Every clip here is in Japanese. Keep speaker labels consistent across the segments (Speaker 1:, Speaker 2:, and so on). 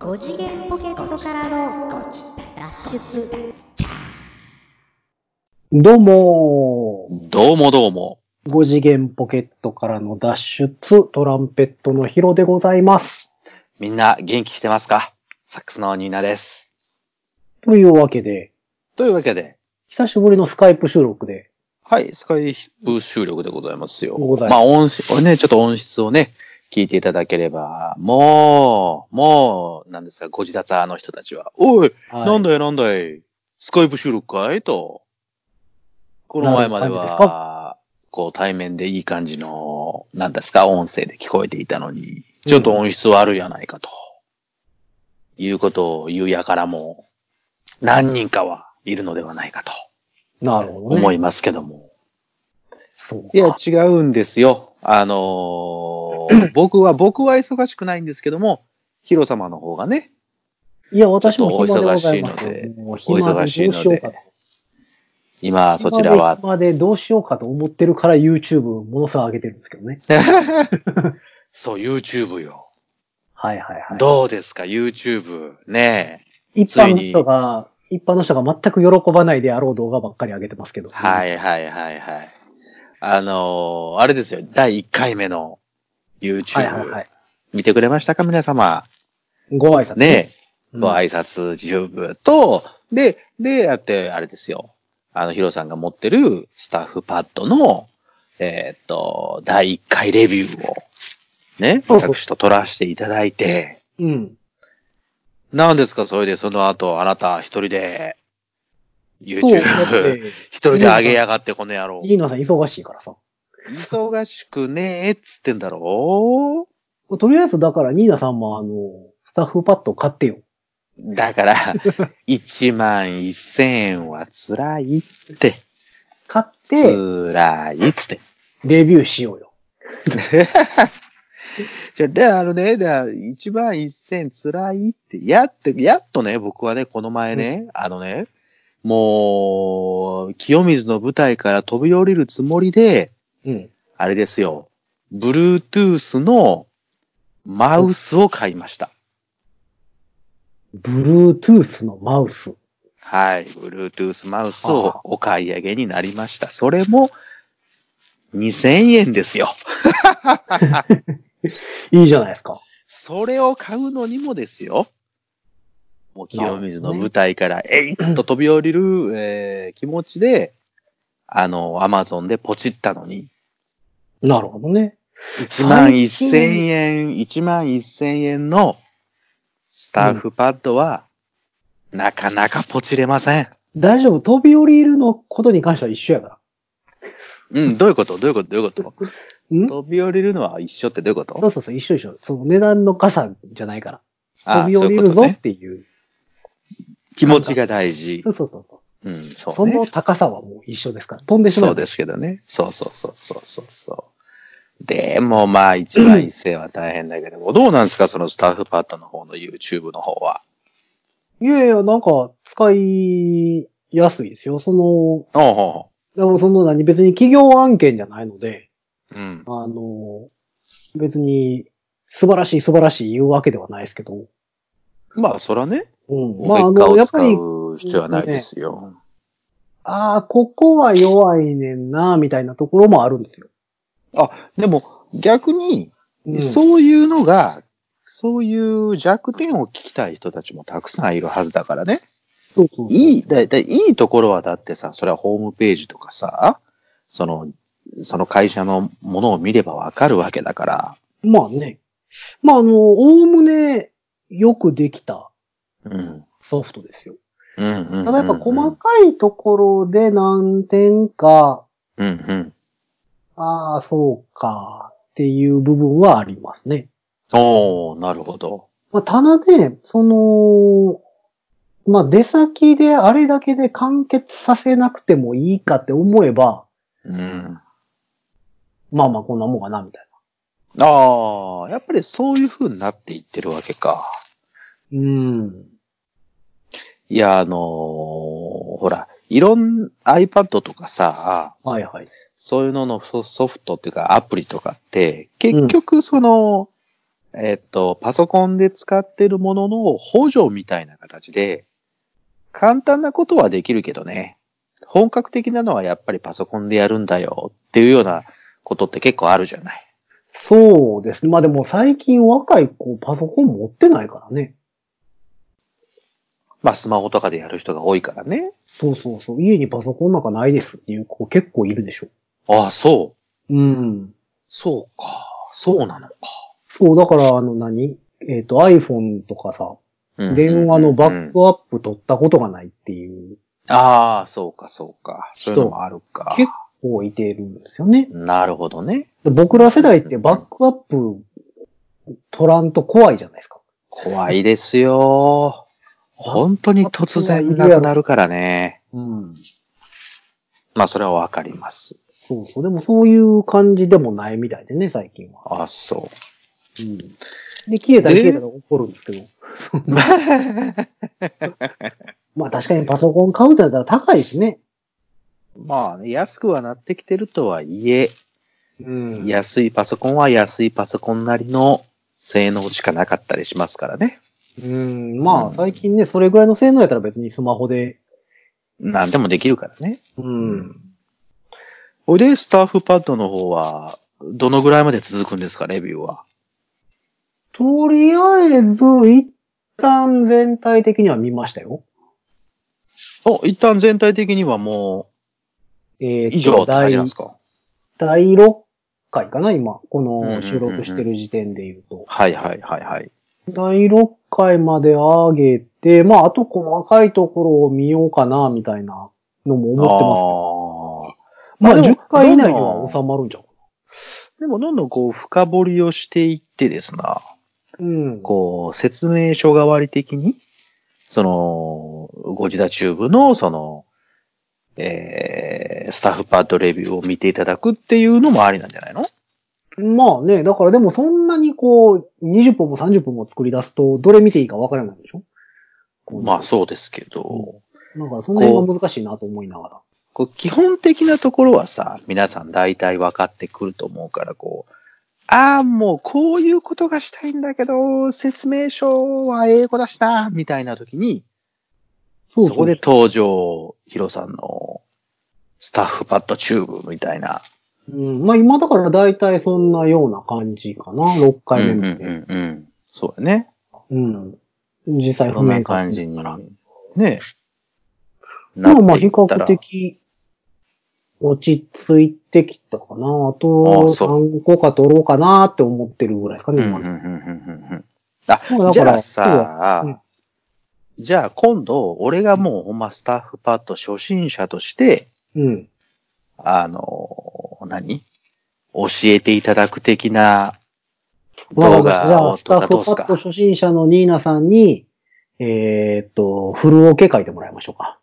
Speaker 1: 5次元ポケットからの脱出。
Speaker 2: どうも
Speaker 3: どうもどうも。
Speaker 2: ー、5次元ポケットからの脱出、トランペットのヒロでございます。
Speaker 3: みんな元気してますかサックスのニーナです。
Speaker 2: というわけで、
Speaker 3: というわけで、
Speaker 2: 久しぶりのスカイプ収録で、
Speaker 3: はい、スカイプ収録でございますよ。
Speaker 2: ござい
Speaker 3: ま
Speaker 2: ま
Speaker 3: あ音質、ね、ちょっと音質をね、聞いていただければ、もう、もう、なんですか、ご自立あの人たちは、おい、
Speaker 2: はい
Speaker 3: なんだいなんだい、スカイプ収録かいと。この前ま
Speaker 2: な
Speaker 3: で
Speaker 2: るほどです
Speaker 3: は、こう対面でいい感じの、なんですか、音声で聞こえていたのに、ちょっと音質悪いやないかと。いうことを言うやからも、何人かはいるのではないかと
Speaker 2: なるほどね。
Speaker 3: 思いますけども。
Speaker 2: そう
Speaker 3: いや、
Speaker 2: か。
Speaker 3: 違うんですよ。あの ー僕は、僕は忙しくないんですけども、ヒロ様の方がね、
Speaker 2: いや、私も暇でございま
Speaker 3: ちょっとお忙しい
Speaker 2: す。
Speaker 3: ので
Speaker 2: もう暇でどうしようかと。
Speaker 3: 今、そちらは、
Speaker 2: 暇でどうしようかと思ってるから YouTube ものすごい上げてるんですけどね。
Speaker 3: そう、YouTube よ。
Speaker 2: はいはいはい。
Speaker 3: どうですか、YouTube。ねえ。
Speaker 2: 一般の人が、一般の人が全く喜ばないであろう動画ばっかり上げてますけど。。
Speaker 3: はいいはいはいはい。あのーあれですよ、第1回目の
Speaker 2: はい
Speaker 3: YouTube。
Speaker 2: はいはい。
Speaker 3: 見てくれましたか、皆様。
Speaker 2: ご挨拶。
Speaker 3: ねえ、
Speaker 2: うん
Speaker 3: ご挨拶 YouTube と、で、で、あって、あれですよ。あの、ヒロさんが持ってるスタッフパッドの、えーっと、第1回レビューを、ね、
Speaker 2: そうそう
Speaker 3: 私と撮らせていただいて、
Speaker 2: うん。
Speaker 3: なんですか、それでその後、あなた一人で、
Speaker 2: そう、だっ
Speaker 3: YouTube、
Speaker 2: て、
Speaker 3: 一人で上げやがって、この野郎。
Speaker 2: イーナさん忙しいからさ。
Speaker 3: 忙しくねえっつってんだろ
Speaker 2: とりあえずだから、ニーナさんもあの、スタッフパッド買ってよ。
Speaker 3: だ から、1万1000円は辛いって、
Speaker 2: 買って、
Speaker 3: 辛いっつって。
Speaker 2: レビューしようよ。
Speaker 3: じゃあ、で、あのね、で、1万1000辛いって、やって、やっとね、僕はね、この前ね、あのね、もう、清水の舞台から飛び降りるつもりで、
Speaker 2: うん。
Speaker 3: あれですよ、Bluetooth のマウスを買いました。
Speaker 2: ブルートゥースのマウス。
Speaker 3: はい。Bluetooth マウス
Speaker 2: は
Speaker 3: を
Speaker 2: あ
Speaker 3: お買い上げになりました。それも2000円ですよ。
Speaker 2: いいじゃないですか。
Speaker 3: それを買うのにもですよ。もう清水の舞台から、えいっと飛び降りる、えー気持ちで、あの、アマゾンでポチったのに、
Speaker 2: なるほどね。
Speaker 3: 1万1000円、1万1000円のスタッフパッドは、なかなかポチれません。
Speaker 2: 大丈夫。飛び降りるのことに関しては一緒やから。
Speaker 3: うん、どういうことどういうことどういうこと
Speaker 2: ん
Speaker 3: 飛び降りるのは一緒ってどういうこと
Speaker 2: そうそうそう、一緒一緒。その値段の傘じゃないから。
Speaker 3: あ
Speaker 2: 飛び降りる
Speaker 3: そういうこと
Speaker 2: ぞ
Speaker 3: ね
Speaker 2: っていう。
Speaker 3: 気持ちが大事
Speaker 2: そ。うそうそうそう。
Speaker 3: うん、
Speaker 2: そ
Speaker 3: そう
Speaker 2: の
Speaker 3: ね。
Speaker 2: 高さはもう一緒ですから。飛んでしま
Speaker 3: そう
Speaker 2: う。
Speaker 3: ですけどね。そうそうそうそうそうそう。でもまあ、一万一千は大変だけども、どうなんですかそのスタッフパッドの方の YouTube の方は。
Speaker 2: いやいや、なんか、使いやすいですよ。その、
Speaker 3: おうほ
Speaker 2: でもその何、別に企業案件じゃないので、
Speaker 3: うほう。うん。
Speaker 2: あの、別に、素晴らしい素晴らしい言うわけではないですけど。
Speaker 3: まあ、そらね、
Speaker 2: うん。まあ、あ
Speaker 3: 結果
Speaker 2: の、
Speaker 3: を
Speaker 2: やっぱ
Speaker 3: 使
Speaker 2: り、
Speaker 3: う必要はないですよ。
Speaker 2: ああ、ここは弱いねんな、みたいなところもあるんですよ。
Speaker 3: でも、逆に、
Speaker 2: うん、
Speaker 3: そういうのが、そういう弱点を聞きたい人たちもたくさんいるはずだからね。
Speaker 2: そうそうそう
Speaker 3: いい、だだいいところはだってさ、それはホームページとかさ、その、その会社のものを見ればわかるわけだから。
Speaker 2: まあね。まあ、あの、おおむね、よくできた
Speaker 3: うん。
Speaker 2: ソフトですよ。
Speaker 3: うんうんうん、うん。
Speaker 2: ただやっぱ細かいところで何点か、
Speaker 3: うんうん。
Speaker 2: ああ、そうか、っていう部分はありますね。
Speaker 3: おー、なるほど。
Speaker 2: まあ、ただね、その、まあ、出先であれだけで完結させなくてもいいかって思えば、
Speaker 3: うん。
Speaker 2: まあまあこんなもんかな、みたい
Speaker 3: ああ、やっぱりそういう風になっていってるわけか。
Speaker 2: な。うん。
Speaker 3: いや、あのーほら、いろん、iPad とかさ、
Speaker 2: はいはい。
Speaker 3: そういうののソソフトっていうかアプリとかって、結局その、えっと、パソコンで使ってるものの補助みたいな形で、簡単なことはできるけどね、本格的なのはやっぱりパソコンでやるんだよっていうようなことって結構あるじゃない。
Speaker 2: そうですね。まあでも最近若い子パソコン持ってないからね。
Speaker 3: まあスマホとかでやる人が多いからね。
Speaker 2: そうそうそう。家にパソコンなんかないですっていう子結構いるでしょ。
Speaker 3: ああ、そう。
Speaker 2: うん。
Speaker 3: そうか。そうなのか。
Speaker 2: そう、だからあの何えっ、と iPhone とかさ、
Speaker 3: うん
Speaker 2: 電話のバ
Speaker 3: うんう
Speaker 2: ッ
Speaker 3: ん
Speaker 2: クアップ取ったことがないっていう
Speaker 3: ああ、そうか、そうか。そういうのもあるか。
Speaker 2: 結子いてるんですよね。
Speaker 3: なるほどね。
Speaker 2: で僕ら世代ってバックアップ取らんと怖いじゃないですか。
Speaker 3: 怖いですよ。本当に突然いなくなるからね。
Speaker 2: うん。
Speaker 3: まあ、それはわかります。
Speaker 2: そうそう。でもそういう感じでもないみたいでね、最近は。
Speaker 3: ああ、そ
Speaker 2: うん。で、消えたら
Speaker 3: で
Speaker 2: 消えたら怒るんですけ ど。
Speaker 3: う。
Speaker 2: まあ確かにパソコン買うってなったら高いしね。
Speaker 3: まあ、ね、安くはなってきてるとはいえ、
Speaker 2: うんや、
Speaker 3: 安いパソコンは安いパソコンなりの性能しかなかったりしますからね。
Speaker 2: うん。まあ最近ね、それぐらいの性能やったら別にスマホで。
Speaker 3: なんでもできるからね。
Speaker 2: う。。
Speaker 3: うんほいで、スタッフパッドの方は、どのぐらいまで続くんですか、レビューは。
Speaker 2: とりあえず、一旦全体的には見ましたよ。
Speaker 3: お、一旦全体的にはも
Speaker 2: え
Speaker 3: う、
Speaker 2: ーと
Speaker 3: 以上って感じなんですか
Speaker 2: 第6回かな、今。こ
Speaker 3: うんうんうんう
Speaker 2: の
Speaker 3: ん
Speaker 2: 収録してる時点で言うと。
Speaker 3: はいはいはいはい。
Speaker 2: 第6回まで上げて、まあ、あと細かいところを見ようかな、みたいなのも思
Speaker 3: 思
Speaker 2: ってますけど。まあ、
Speaker 3: でも
Speaker 2: 10回以内には収まるんじゃん。
Speaker 3: あーでもどんどんこう、深掘りをしていってですな、
Speaker 2: うん。
Speaker 3: こう、説明書代わり的に、その、ゴジラチューブの、その、えー、スタッフパッドレビューを見ていただくっていうのもありなんじゃないの
Speaker 2: まあね、だからでもそんなにこう、20本も30本も作り出すと、どれ見ていいかわからないでしょこう
Speaker 3: まあそうですけど、
Speaker 2: だからその辺が難しいなと思いながら。
Speaker 3: こう基本的なところはさ、皆さん大体分かってくると思うから、こう、ああ、もうこういうことがしたいんだけど、説明書は英語だしな、みたいな時に、
Speaker 2: そ
Speaker 3: そ
Speaker 2: うそう
Speaker 3: こで登場、ヒロさんのスタッフパッドチューブみたいな。
Speaker 2: うん。まあ今だから大体そんなような感じかな、6回目まで。
Speaker 3: うんうんうんうん。そうだね。
Speaker 2: うん。実際
Speaker 3: こ
Speaker 2: 不
Speaker 3: んな
Speaker 2: 明
Speaker 3: 感じに。
Speaker 2: ま
Speaker 3: ねえ。
Speaker 2: あまあ
Speaker 3: っ
Speaker 2: 比
Speaker 3: ていった
Speaker 2: 較
Speaker 3: ら
Speaker 2: 的落ち着いてきたかな。あ
Speaker 3: あ
Speaker 2: と
Speaker 3: あそう
Speaker 2: 3個か取ろうかなって思ってるぐらいですか
Speaker 3: うん
Speaker 2: ね、
Speaker 3: うんう
Speaker 2: 今
Speaker 3: んうん
Speaker 2: の
Speaker 3: うんうん。
Speaker 2: まあ
Speaker 3: じ
Speaker 2: だか
Speaker 3: ゃ
Speaker 2: ら
Speaker 3: あさ、
Speaker 2: うん
Speaker 3: じゃあ今度、俺がもうほんまスタッフパッド初心者として、
Speaker 2: うん。
Speaker 3: あのー、何教えていただく的な
Speaker 2: わか
Speaker 3: 動
Speaker 2: りましたじゃ
Speaker 3: 画
Speaker 2: あ
Speaker 3: を
Speaker 2: スタッ
Speaker 3: とか
Speaker 2: フ
Speaker 3: どうす
Speaker 2: パッド
Speaker 3: か。
Speaker 2: 初心者のニーナさんに、えーっと、フルオケ書いてもらいましょうか。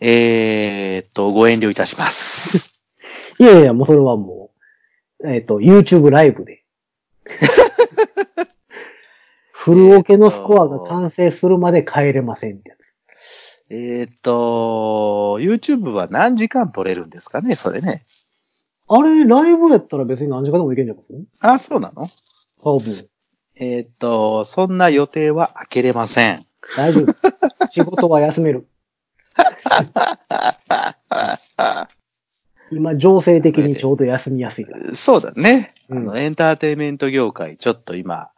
Speaker 3: えーっと、ご遠慮いたします。
Speaker 2: いやいや、もうそれはもう、えっ、と、YouTube ライブ で。フルオケのスコアが完成するまで帰れませんってやつ。
Speaker 3: えーっと、YouTube は何時間撮れるんですかねそれね。
Speaker 2: あれ、ライブやったら別に何時間でもいけんじゃないですか
Speaker 3: あ、そうなの
Speaker 2: 多分。
Speaker 3: えーっと、そんな予定は開けれません。
Speaker 2: 大丈 夫。仕事は休める。今、情勢的にちょうど休みやすいから。
Speaker 3: そうだね。
Speaker 2: うん
Speaker 3: あの、エンターテインメント業界、ちょっと今、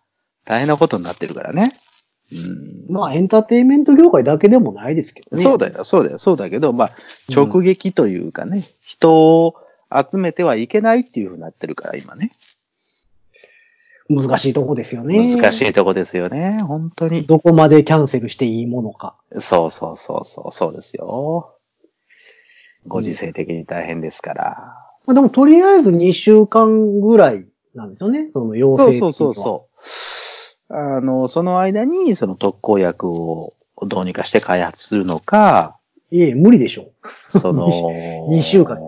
Speaker 3: 大変なことになってるからね。うん。
Speaker 2: まあ、エンターテインメント業界だけでもないですけどね。
Speaker 3: そうだ。よ、そうだよ、そうだけど、まあ、直撃というかね、人を集めてはいけないっていうふうになってるから、今ね。
Speaker 2: 難しいとこですよね。
Speaker 3: 難しいとこですよね、本当に。
Speaker 2: どこまでキャンセルしていいものか。
Speaker 3: そうそうそうそう、そうですよ。ご時世的に大変ですから。
Speaker 2: まあ、でも、とりあえず2週間ぐらいなんですよね。その要請っ
Speaker 3: そう
Speaker 2: てい
Speaker 3: そうそう
Speaker 2: のは
Speaker 3: そう。あの、その間に、その特効薬をどうにかして開発するのか、
Speaker 2: いえ、無理でしょ、
Speaker 3: その
Speaker 2: 二週間。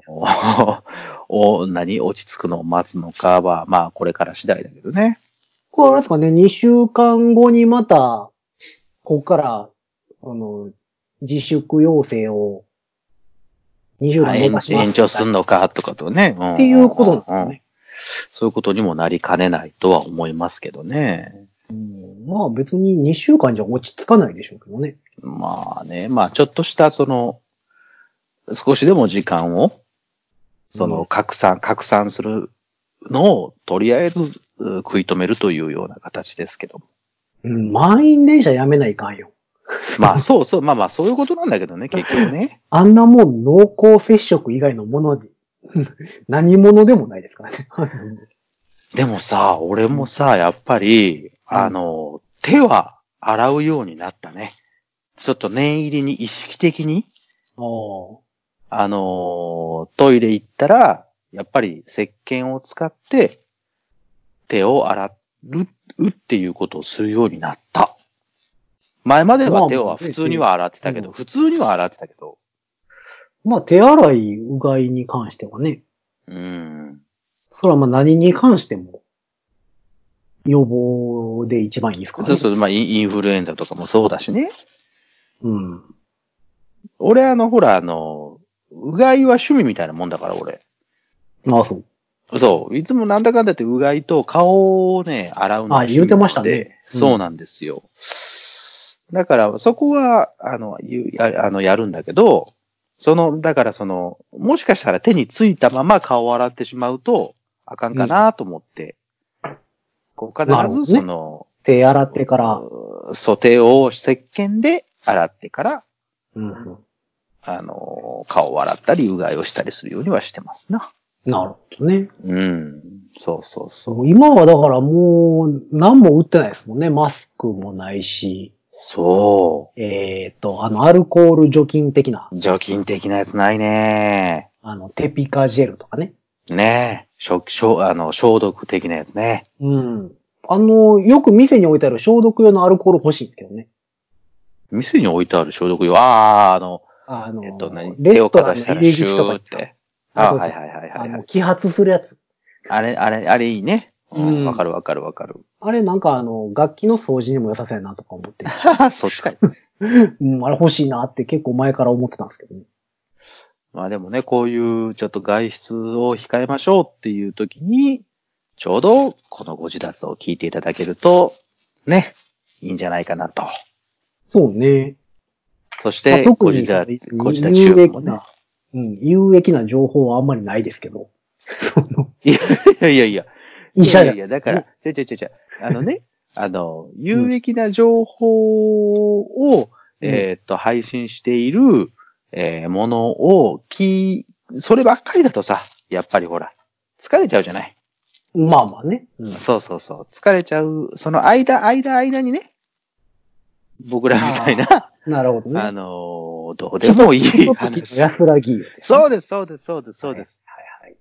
Speaker 3: お、何落ち着くのを待つのかは、まあ、これから次第だけどね。
Speaker 2: これあれですかね、2週間後にまた、ここから、あの、自粛要請を20
Speaker 3: あ
Speaker 2: 代
Speaker 3: 延
Speaker 2: 動かします。
Speaker 3: 延長すんのかとかとね。うん
Speaker 2: っていうことなんですよね。
Speaker 3: そういうことにもなりかねないとは思いますけどね。
Speaker 2: うんまあ別に2週間じゃ落ち着かないでしょうけどね。
Speaker 3: まあね、まあちょっとしたその、少しでも時間を、その拡散、拡散するのをとりあえずう食い止めるというような形ですけども。
Speaker 2: うん、満員電車やめないかんよ。
Speaker 3: まあそうそう、まあまあそういうことなんだけどね、結局ね。
Speaker 2: あんなもん濃厚接触以外のもので、 何者でもないですからね。
Speaker 3: でもさ、俺もさ、やっぱり、あの、手は洗うようになったね。ちょっと念入りに意識的に、
Speaker 2: お
Speaker 3: あの、トイレ行ったら、やっぱり石鹸を使って、手を洗うっていうことをするようになった。前までは手
Speaker 2: まあ
Speaker 3: は普通には洗ってたけ
Speaker 2: う
Speaker 3: ど、
Speaker 2: ん
Speaker 3: 普通には洗ってたけど、
Speaker 2: まあ手洗い、うがいに関してはね、
Speaker 3: うん。
Speaker 2: それはまあ何に関しても、予防で一番いいですからね。
Speaker 3: そうそう、まあインインフルエンザとかもそうだしね。
Speaker 2: うん。
Speaker 3: 俺あの、ほら、あの、うがいは趣味みたいなもんだから、俺。
Speaker 2: ああ、そう。
Speaker 3: そう。いつもなんだかんだってうがいと顔をね、洗うのが
Speaker 2: あ言うてましたね
Speaker 3: 趣味でそうなんですよ。だから、そこは、あの、ゆやあのやるんだけど、その、だからその、もしかしたら手についたまま顔を洗ってしまうと、あかんかなと思って、こう
Speaker 2: なるほ
Speaker 3: 必
Speaker 2: どね
Speaker 3: ずその、
Speaker 2: 手洗ってから、
Speaker 3: 素手を石鹸で洗ってから、
Speaker 2: うんうん。
Speaker 3: あの、顔を洗ったり、うがいをしたりするようにはしてますな。
Speaker 2: なるほどね。
Speaker 3: うん。そうそうそう。
Speaker 2: そう今はだからもう、何も売ってないですもんね。マスクもないし、
Speaker 3: そ
Speaker 2: えっ、と、あの、アルコール除菌的な、
Speaker 3: う。除菌的なやつないね。
Speaker 2: あの、テピカジェルとかね。
Speaker 3: ねえ。食、消、あの、消毒的なやつね。
Speaker 2: うん。あの、よく店に置いてある消毒用のアルコール欲しいんですけどね。
Speaker 3: 店に置いてある消毒用。ああ、あの、
Speaker 2: あの、
Speaker 3: えっと、何
Speaker 2: レ
Speaker 3: 手を
Speaker 2: ストラ
Speaker 3: か
Speaker 2: ンの
Speaker 3: ざし
Speaker 2: 入
Speaker 3: たら
Speaker 2: り
Speaker 3: シュ
Speaker 2: 口とか
Speaker 3: ー
Speaker 2: に
Speaker 3: っ
Speaker 2: 使う
Speaker 3: て。ああ、
Speaker 2: そうそう
Speaker 3: はいはいはいは
Speaker 2: あ
Speaker 3: いは
Speaker 2: の、
Speaker 3: い。
Speaker 2: 揮発するやつ。
Speaker 3: あれ、あれ、あれいいね。う
Speaker 2: うん
Speaker 3: ん、わかるわかるわかる。
Speaker 2: あれなんかあの、楽器の掃除にも良さそうやなとか思 って。
Speaker 3: そっちかい。
Speaker 2: うん、あれ欲しいなって結構前から思ってたんですけどね。
Speaker 3: まあでもね、こういうちょっと外出を控えましょうっていう時に、ちょうどこのご自立を聞いていただけると、ね、いいんじゃないかなと。
Speaker 2: そうね。
Speaker 3: そし
Speaker 2: まあ
Speaker 3: て、
Speaker 2: 特
Speaker 3: ご
Speaker 2: に
Speaker 3: 自立、
Speaker 2: その
Speaker 3: ご自立中も
Speaker 2: 有益
Speaker 3: ね
Speaker 2: な。うん、有益な情報はあんまりないですけど。
Speaker 3: いやいやいや。
Speaker 2: 医者じ
Speaker 3: いや
Speaker 2: ゃ
Speaker 3: い。や、だから、ちゃちゃちゃちゃ、あのね、あの、有益な情報を、えーっと、配信している、えーものを聞い、そればっかりだとさ、やっぱりほら、疲れちゃうじゃない。
Speaker 2: まあまあね。うん
Speaker 3: そうそうそう。疲れちゃう、その間、間、間にね、僕らみたいな、あ,、
Speaker 2: なるほどね。
Speaker 3: のーどうでもいい話。
Speaker 2: 安らぎよね。
Speaker 3: そうです、そうです、そうです、そうです。
Speaker 2: はいはい。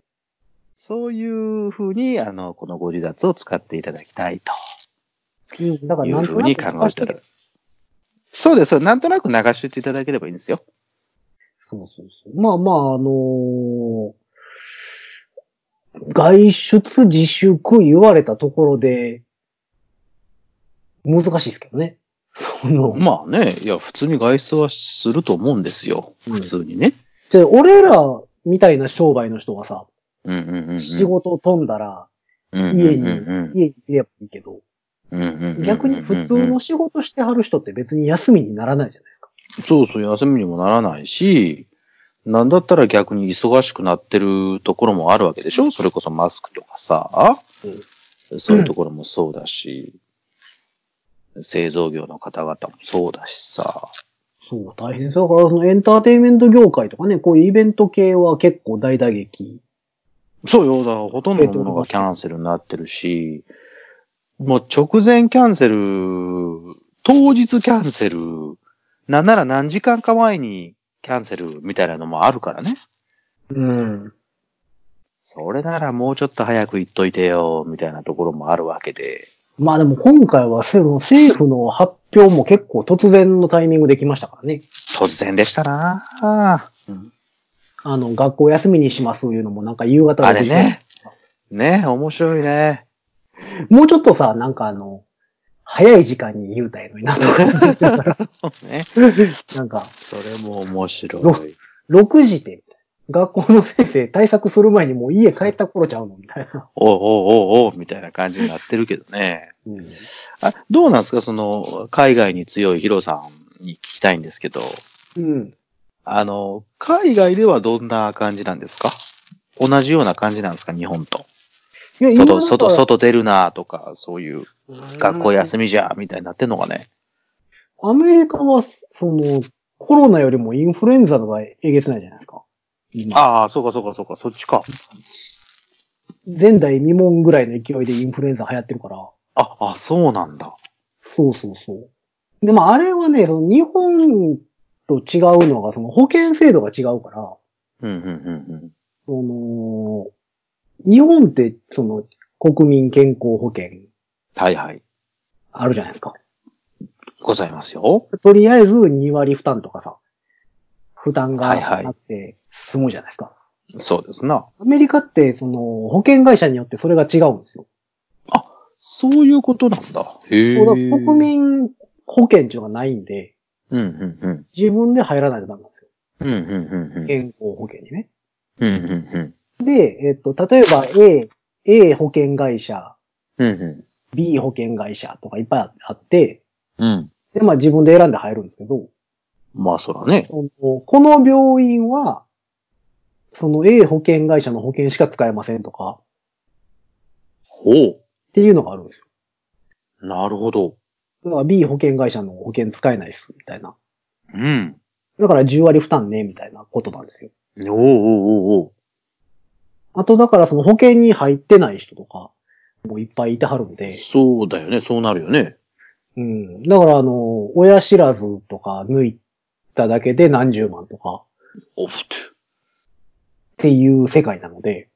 Speaker 3: そういうふうに、あの、このご自立を使っていただきたいと。
Speaker 2: うんだから
Speaker 3: い
Speaker 2: な
Speaker 3: うんふ
Speaker 2: と
Speaker 3: う
Speaker 2: な
Speaker 3: に
Speaker 2: く
Speaker 3: 考
Speaker 2: 使
Speaker 3: え
Speaker 2: ってて
Speaker 3: る。そうです。そうなんとなく流していただければいいんですよ。
Speaker 2: そうそうそう。まあまあ、あのー外出自粛言われたところで、難しいですけどね。その、
Speaker 3: まあね、いや、普通に外出はすると思うんですよ。
Speaker 2: うん
Speaker 3: 普通にね。
Speaker 2: じゃあ俺らみたいな商売の人がさ、
Speaker 3: うんうんうんうん。
Speaker 2: 仕事飛んだら、家
Speaker 3: 家
Speaker 2: に家にいればいいけど、逆に普通の仕事してはる人って別に休みにならないじゃないですか。
Speaker 3: そうそう、休みにもならないし、なんだったら逆に忙しくなってるところもあるわけでしょそれこそマスクとかさ、そういうところもそうだし、製造業の方々もそうだしさ、
Speaker 2: そう、大変ですよ。だから、そのエンターテインメント業界とかね、こういうイベント系は結構大打撃。
Speaker 3: そうよ、だからほとんどのものがキャンセルになってるし、もう直前キャンセル、当日キャンセル、なんなら何時間か前にキャンセルみたいなのもあるからね。
Speaker 2: うん。
Speaker 3: それならもうちょっと早く言っといてよ、みたいなところもあるわけで。
Speaker 2: まあでも今回はせ政府の発表も結構突然のタイミングできましたからね。
Speaker 3: 突然でしたな
Speaker 2: あの、学校休みにしますというのもなんか夕方
Speaker 3: あ
Speaker 2: の
Speaker 3: れね。ね面白いね。
Speaker 2: もうちょっとさ、なんかあの、早い時間に言うたらいいのになと か。
Speaker 3: ね。
Speaker 2: なんか、
Speaker 3: それも面白
Speaker 2: ろ
Speaker 3: い。
Speaker 2: 6時で、学校の先生対策する前にもう家帰った頃ちゃうのみたいな。
Speaker 3: おうおうおうおうみたいな感じになってるけどね。
Speaker 2: うん。
Speaker 3: あ、どうなんですかその、海外に強いヒロさんに聞きたいんですけど、
Speaker 2: うん。
Speaker 3: あの、海外ではどんな感じなんですか同じような感じなんですか日本と。
Speaker 2: いや
Speaker 3: 外、外、、外出るなとか、そういう、学校
Speaker 2: み。
Speaker 3: 休みじゃ、みたいになってんのかね。
Speaker 2: アメリカは、その、コロナよりもインフルエンザの場合、えげつないじゃないですか。今
Speaker 3: ああ、そうかそうかそうか、そっちか。
Speaker 2: 前代未聞ぐらいの勢いでインフルエンザ流行ってるから。
Speaker 3: あ、あ、そうなんだ。
Speaker 2: そうそうそう。で、まあ、あれはね、その日本と違うのが、その保険制度が違うから、
Speaker 3: うん、うん、うん、
Speaker 2: その、日本って、その、国民健康保険
Speaker 3: うん。はいはい。
Speaker 2: あるじゃないですか。
Speaker 3: ございますよ。
Speaker 2: とりあえず2割負担とかさ、負担が
Speaker 3: はいはい
Speaker 2: なって済むじゃないですか。
Speaker 3: そうですな。
Speaker 2: アメリカって、その、保険会社によってそれが違うんですよ。
Speaker 3: そういうことなんだ。へえ。
Speaker 2: そうだから国。民保険っていうのがないんで、
Speaker 3: うん、うん、うん。
Speaker 2: 自分で入らないとダメなんですよ。
Speaker 3: うん、うん、うん、うん。
Speaker 2: 健康保険にね。
Speaker 3: うん、うん、うん。
Speaker 2: で、えっと、例えば A、A 保険会社、
Speaker 3: うん、う
Speaker 2: B 保険会社とかいっぱいあって、
Speaker 3: ん。うん。
Speaker 2: で、まあ自分で選んで入るんですけど、
Speaker 3: まあ、そらね。
Speaker 2: そのこの病院は、その A 保険会社の保険しか使えませんとか、
Speaker 3: ほう。
Speaker 2: っていうのがあるんですよ。
Speaker 3: なるほど。
Speaker 2: だから B 保険会社の保険使えないっす、みたいな。
Speaker 3: うん。
Speaker 2: だから10割負担ね、みたいなことなんですよ。
Speaker 3: おうおうおうおう。
Speaker 2: あと、だからその保険に入ってない人とか、もういっぱいいてはるんで、
Speaker 3: そうだよね。そうなるよね。
Speaker 2: うん。だからあの、親知らずとか抜いただけで何十万とか、
Speaker 3: オフト
Speaker 2: っていう世界なので、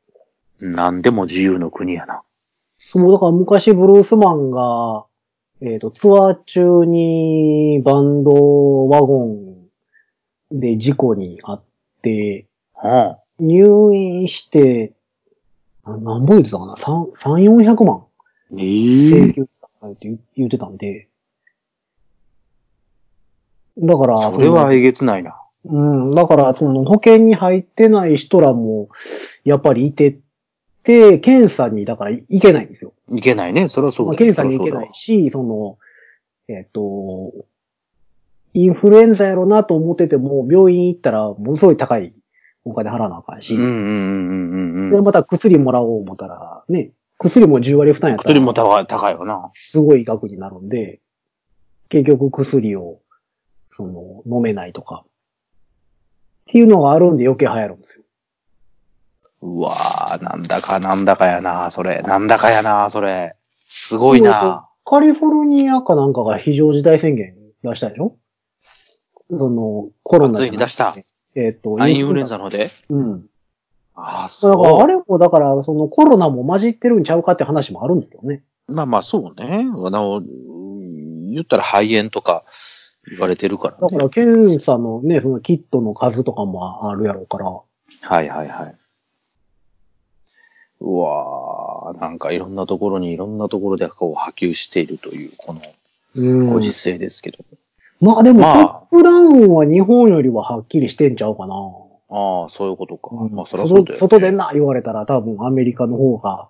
Speaker 3: なんでも自由の国やな。
Speaker 2: そう、だから昔ブルースマンが、えっ、と、ツアー中にバンドワゴンで事故にあって、
Speaker 3: はあ。
Speaker 2: 入院して、あ何本言ってたかな ?3、3、400万
Speaker 3: え
Speaker 2: 請求したって言言ってたんで。だから、
Speaker 3: それはえげつないな。
Speaker 2: うん、だから、その保険に入ってない人らも、やっぱりいてて、検査に、だから行けないんですよ。
Speaker 3: いけないね。それはそう
Speaker 2: ま
Speaker 3: だ
Speaker 2: あ、
Speaker 3: よ
Speaker 2: 検査に行けないし、その、えっ、と、インフルエンザやろなと思ってても、病院行ったら、ものすごい高いお金払わなあかんし、
Speaker 3: うんうんうんうん
Speaker 2: で、
Speaker 3: うん。
Speaker 2: また薬もらおう思ったら、ね、薬も10割負担やった
Speaker 3: 薬も
Speaker 2: ら、
Speaker 3: 高い高いよな。
Speaker 2: すごい額になるんで、結局薬を、その、飲めないとか、っていうのがあるんで余計流行るんですよ。
Speaker 3: うわぁ、なんだかなんだかやな、それ。なんだかやな、それ。すごいな。
Speaker 2: カリフォルニアかなんかが非常事態宣言出したでしょその、コロナじゃなくて。
Speaker 3: あついに出した
Speaker 2: えっ、と、
Speaker 3: あインフルエンザの方で
Speaker 2: うん。
Speaker 3: ああ、そ
Speaker 2: だから、あ
Speaker 3: う。
Speaker 2: れも、だから、そのコロナも混じってるんちゃうかって話もあるんですけどね。
Speaker 3: まあまあ、そうね。あの、うん言ったら肺炎とか言われてるから、
Speaker 2: だか
Speaker 3: ね。
Speaker 2: ら、検査のね、そのキットの数とかもあるやろうから。
Speaker 3: はいはいはい。うわぁ、なんかいろんなところにいろんなところでこう波及しているという、この
Speaker 2: う
Speaker 3: ご
Speaker 2: ん
Speaker 3: 時。世ですけど。
Speaker 2: まあでも、
Speaker 3: まあ
Speaker 2: トップダウンは日本よりははっきりしてんちゃうかな。
Speaker 3: ああ、そういうことか。まあ、そりゃそうだ
Speaker 2: 外
Speaker 3: よ、ね。
Speaker 2: 外出んな言われたら多分アメリカの方が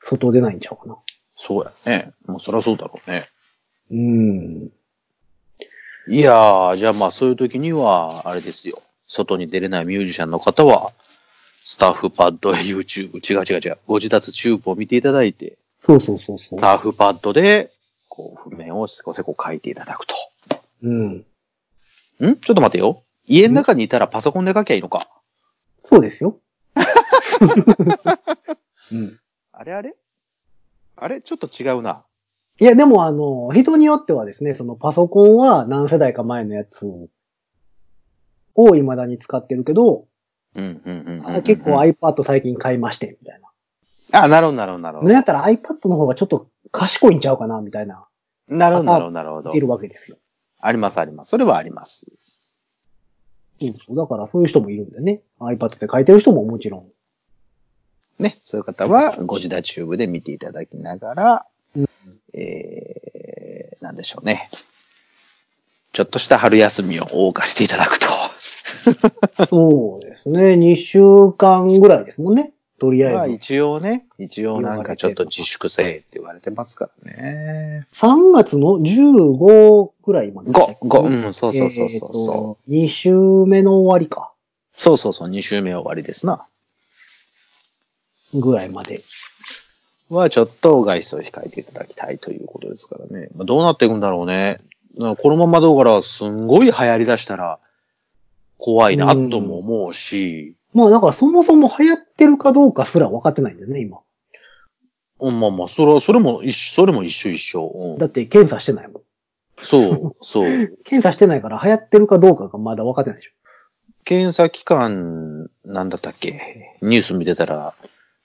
Speaker 2: 外出ないんちゃうかな。
Speaker 3: そうやね。もうそりゃそうだろうね。
Speaker 2: うん。
Speaker 3: いやー、じゃあまあそういう時には、あれですよ。外に出れないミュージシャンの方は、スタッフパッドや YouTube、違う違う違う、ご自立チューブを見ていただいて、
Speaker 2: そうそうそうそう。
Speaker 3: スタッフパッドで、こう、譜面をせこせこ書いていただくと。
Speaker 2: うん。
Speaker 3: んちょっと待てよ。家の中にいたらパソコンで書きゃいいのか。
Speaker 2: そうです よ。うん
Speaker 3: あれあれあれちょっと違うな。
Speaker 2: いや、でもあの、人によってはですね、そのパソコンは何世代か前のやつを未だに使ってるけど、
Speaker 3: うん、うん、うんうん
Speaker 2: あ
Speaker 3: うん。
Speaker 2: 結構 iPad 最近買いまして、みたいな。
Speaker 3: あ、なるほど、なるほど、なるほ
Speaker 2: なんやったら iPad の方がちょっと賢いんちゃうかな、みたいな、
Speaker 3: ど。なるほど、なるほど、なるほど
Speaker 2: い。るわけですよ。
Speaker 3: あります、あります。それはあります。
Speaker 2: そうそうだからそういう人もいるんだよね。iPad で書いてる人ももちろん。
Speaker 3: ね、そういう方は、ご自宅チューブで見ていただきながら、
Speaker 2: うん
Speaker 3: えー、なんでしょうね。ちょっとした春休みを謳歌していただくと。
Speaker 2: そうですね。2週間ぐらいですもんね。とり
Speaker 3: ま
Speaker 2: あ
Speaker 3: あ
Speaker 2: えず。
Speaker 3: 一応ね、一応なんかちょっと自粛せえって言われてますからね。
Speaker 2: 3月の15ぐらいまででしたっ
Speaker 3: 5、
Speaker 2: け。
Speaker 3: 5、うん、そうそうそうそうそう。
Speaker 2: う。2週目の終わりか。
Speaker 3: そうそうそう、2週目終わりですな。
Speaker 2: ぐらいまで。
Speaker 3: はちょっと外出を控えていただきたいということですからね。まあ、どうなっていくんだろうね。なんかこのままだから、すんごい流行り出したら、怖いなとも思うし、
Speaker 2: まあだからそもそも流行ってるかどうかすら分かってないんだよね、今。
Speaker 3: うん、まあまあ、それは、それも一緒、それも一緒一緒。う
Speaker 2: だ
Speaker 3: ん、
Speaker 2: って検査してないもん。
Speaker 3: そう、そう。
Speaker 2: 検査してないから流行ってるかどうかがまだ分かってないでしょ。
Speaker 3: 検査機関、なんだったっけニュース見てたら、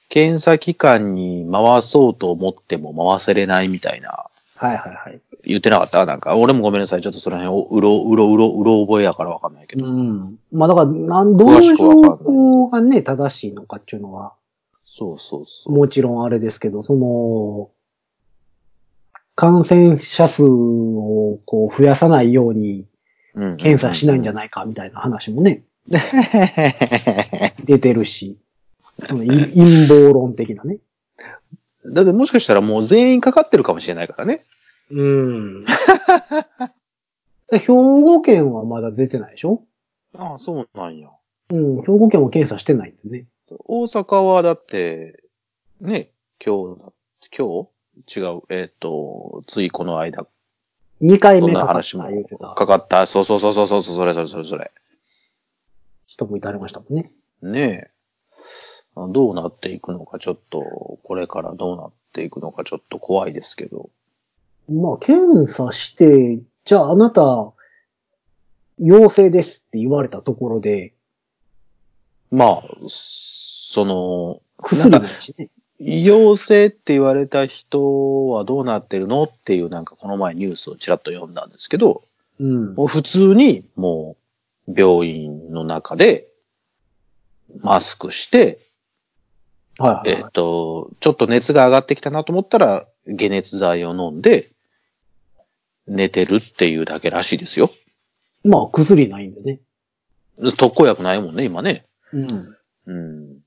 Speaker 3: 検査機関に回そうと思っても回せれないみたいな、
Speaker 2: はいはいはい。
Speaker 3: 言ってなかったなんか、俺もごめんなさい。ちょっとその辺を、うろ、うろ、うろ、うろ覚えやからわかんないけど。
Speaker 2: うん。まあだから、なんどういう情報がね、正しいのかっていうのは、
Speaker 3: そうそうそう。
Speaker 2: もちろんあれですけど、その、感染者数をこう増やさないように検査しないんじゃ
Speaker 3: ない
Speaker 2: ないかみたいな話もね、出てるし、そのい陰謀論的なね。
Speaker 3: だってもしかしたらもう全員かかってるかもしれないからね。
Speaker 2: うん。 兵庫県はまだ出てないでしょ
Speaker 3: ああ、そうなんや。
Speaker 2: うん、兵庫県は検査してないんでね。
Speaker 3: 大阪はだって、ね、今日だ、今日違う、えっ、と、ついこの間、
Speaker 2: 2回
Speaker 3: そん
Speaker 2: 目
Speaker 3: な
Speaker 2: かかっ
Speaker 3: 話
Speaker 2: た
Speaker 3: も
Speaker 2: 言うてた
Speaker 3: かかった。そうそうそうそうそう、それそれそれそれ。
Speaker 2: 人もいたりましたもんね。
Speaker 3: ねえ。あどうなっていくのかちょっと、これからどうなっていくのかちょっと怖いですけど。
Speaker 2: まあ、検査して、じゃああなた、陽性ですって言われたところで、
Speaker 3: まあ、その、
Speaker 2: 薬もないしね。
Speaker 3: 陽性って言われた人はどうなってるのっていうなんかこの前ニュースをちらっと読んだんですけど、
Speaker 2: うん。
Speaker 3: もう普通にもう病院の中でマスクして、
Speaker 2: は
Speaker 3: え
Speaker 2: い
Speaker 3: っ、
Speaker 2: はいはい。
Speaker 3: と、ちょっと熱が上がってきたなと思ったら解熱剤を飲んで寝てるっていうだけらしいですよ。
Speaker 2: まあ、薬ないんでね。
Speaker 3: 特効薬ないもんね、今ね。
Speaker 2: うん。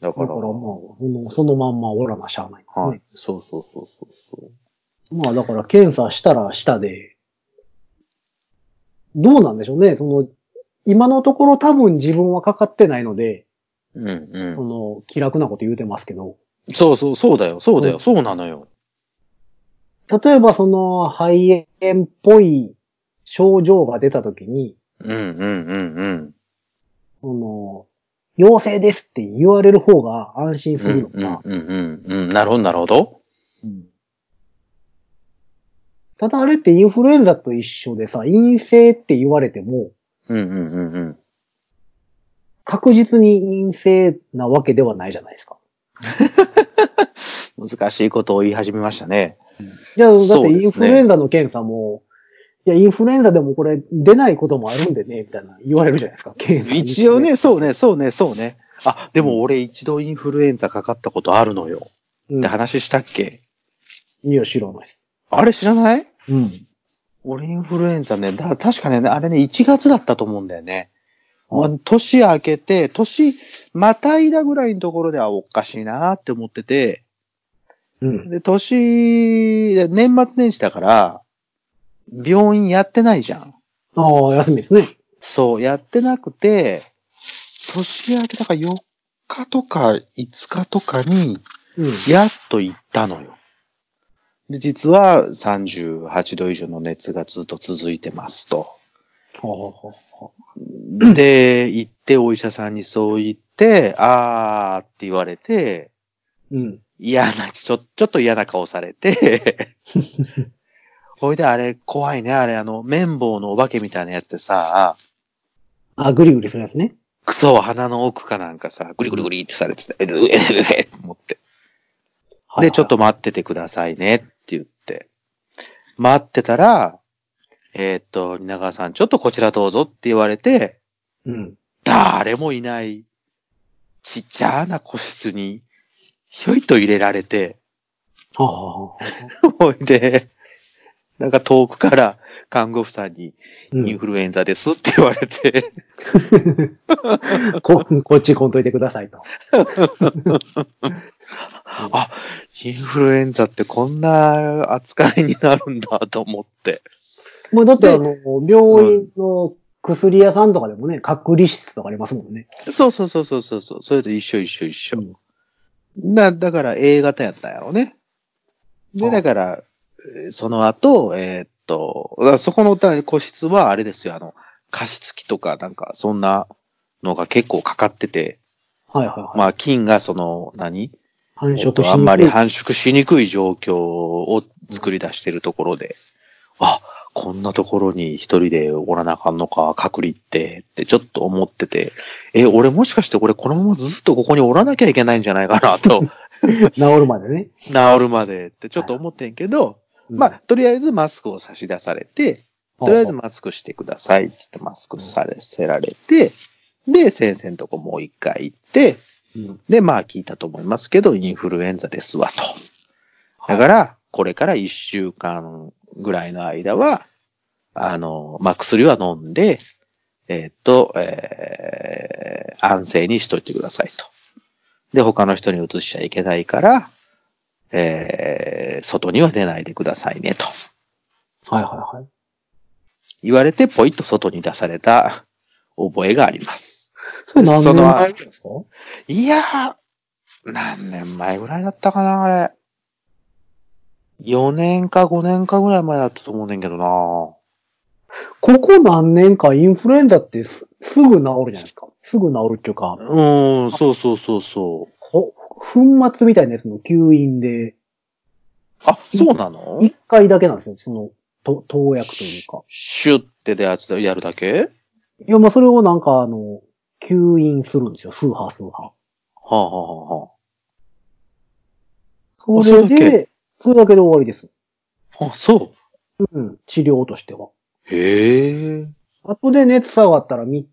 Speaker 2: だから
Speaker 3: うん。だか
Speaker 2: まあ、
Speaker 3: ら、
Speaker 2: そのそのまんまおらなしゃあない、ね
Speaker 3: はい。そうそうそうそうそう。
Speaker 2: まあ、だから検査したらしたで、どうなんでしょうね。その、今のところ多分自分はかかってないので、
Speaker 3: うんうん
Speaker 2: そ。の、気楽なこと言うてますけど、
Speaker 3: そうそう、そうだよ、そうだ
Speaker 2: う
Speaker 3: よ、
Speaker 2: ん
Speaker 3: そうなのよ。
Speaker 2: 例えばその、肺炎っぽい症状が出た時に、
Speaker 3: うんうんうんうん。
Speaker 2: その、陽性ですって言われる方が安心するのか、
Speaker 3: うんうんうんうん。なるほど、なるほど。
Speaker 2: ただあれってインフルエンザと一緒でさ、陰性って言われても、
Speaker 3: うんうんうんうん。
Speaker 2: 確実に陰性なわけではないじゃないですか。
Speaker 3: 難しいことを言い始めましたね。
Speaker 2: いや、だっ
Speaker 3: そ
Speaker 2: て
Speaker 3: うですね
Speaker 2: インフルエンザの検査も、いや、インフルエンザでもこれ出ないこともあるんでね、みたいな言われるじゃないですか、検査
Speaker 3: 一応ね、そうね、そうね、そうね。あ、でも俺一度インフルエンザかかったことあるのよ。
Speaker 2: うん
Speaker 3: って話したっけ
Speaker 2: いや、知らないです。
Speaker 3: あれ知らない
Speaker 2: うん。
Speaker 3: 俺インフルエンザね、だ確かね、あれね、1月だったと思うんだよね。まあ、年明けて、年、またいだぐらいのところではおかしいなって思ってて、
Speaker 2: うん。
Speaker 3: で、年、で年末年始だから、病院やってないじゃん。
Speaker 2: ああ、休みですね。
Speaker 3: そう、やってなくて、年明けだから4日とか5日とかに、
Speaker 2: うん。
Speaker 3: やっと行ったのよ。で、実は38度以上の熱がずっと続いてますと。で、行ってお医者さんにそう言って、あーって言われて、
Speaker 2: うん。
Speaker 3: 嫌な、ちょ、ちょっと嫌な顔されて、ほいであれ、怖いね、あれ、あの、綿棒のお化けみたいなやつでさ、
Speaker 2: あ、ぐりぐりするやつね。
Speaker 3: 草を鼻の奥かなんかさ、グリグリグリってされてて、えるえるえるえる思って。
Speaker 2: はいはい
Speaker 3: で、ちょっ。と待っててくださいねって言って。待ってたら、えーっと、蜷川さん、ちょっとこちらどうぞって言われて、
Speaker 2: うん。
Speaker 3: 誰もいない、ちっちゃな個室に、ひょいと入れられて、
Speaker 2: はあはあはあ
Speaker 3: ほいで、なんか遠くから看護婦さんに
Speaker 2: う
Speaker 3: イン
Speaker 2: ん、
Speaker 3: フルエンザですって言われて、
Speaker 2: ここっち来んといてくださいと。
Speaker 3: あ、インフルエンザってこんな扱いになるんだと思って。
Speaker 2: まあだって
Speaker 3: で
Speaker 2: あの、病院の薬屋さんとかでもね、隔離室とかありますもんね。
Speaker 3: そうそうそうそうそうそう。それと一緒一緒一緒。な、だから A 型やったんやろね。
Speaker 2: あ
Speaker 3: で、
Speaker 2: あ
Speaker 3: だから、えーその後、えーっと、だからそこのた個室はあれですよ、あの、加湿器とかなんか、そんなのが結構かかってて、
Speaker 2: はいはいはい。
Speaker 3: まあ、菌がその、何
Speaker 2: 繁殖しにくい
Speaker 3: あんまり繁殖しにくい状況を作り出してるところで、あ、こんなところに一人でおらなあかんのか、隔離って、ってちょっと思ってて、え、俺もしかしてこれこのままずっとここにおらなきゃいけないんじゃないかな と、
Speaker 2: 治るまでね。
Speaker 3: 治るまでってちょっと思ってんけど、まあ、とりあえずマスクを差し出されて、
Speaker 2: うん、
Speaker 3: とりあえずマスクしてくださいって言ってマスクされ、せられて、で、先生のとこもう一回行って、
Speaker 2: うん、
Speaker 3: で、まあ聞いたと思いますけど、インフルエンザですわと。だから、これから一週間ぐらいの間は、あの、まあ薬は飲んで、えーっと、えー、安静にしといてくださいと。で、他の人に移しちゃいけないから、えー、外には出ないでくださいねと。
Speaker 2: はいはいはい。
Speaker 3: 言われて、ポイッと外に出された覚えがあります。
Speaker 2: それ何
Speaker 3: そ
Speaker 2: 年
Speaker 3: の
Speaker 2: 前ですか
Speaker 3: いやー、何年前ぐらいだったかな、あれ。4年か5年かぐらい前だったと思うねんけどな。
Speaker 2: ここ何年かインフルエンザってすすぐ治るじゃないですか。すぐ治るっていうか、
Speaker 3: うーん、そうそうそうそう。
Speaker 2: ほ粉末みたいなやつの吸引で、
Speaker 3: あ、そうなの
Speaker 2: 一回だけなんですよ。その、と投薬というか。
Speaker 3: シュッてでやつやるだけ
Speaker 2: いや、まあ、それをなんか、あの、吸引するんですよ。数波数波。
Speaker 3: はあ、はあはあは
Speaker 2: そ
Speaker 3: あそれ
Speaker 2: れ
Speaker 3: だけ
Speaker 2: で、それだけで終わりです。
Speaker 3: あ、あ、そう。
Speaker 2: うん。治療としては。
Speaker 3: へえ。
Speaker 2: あとで熱下がったら3日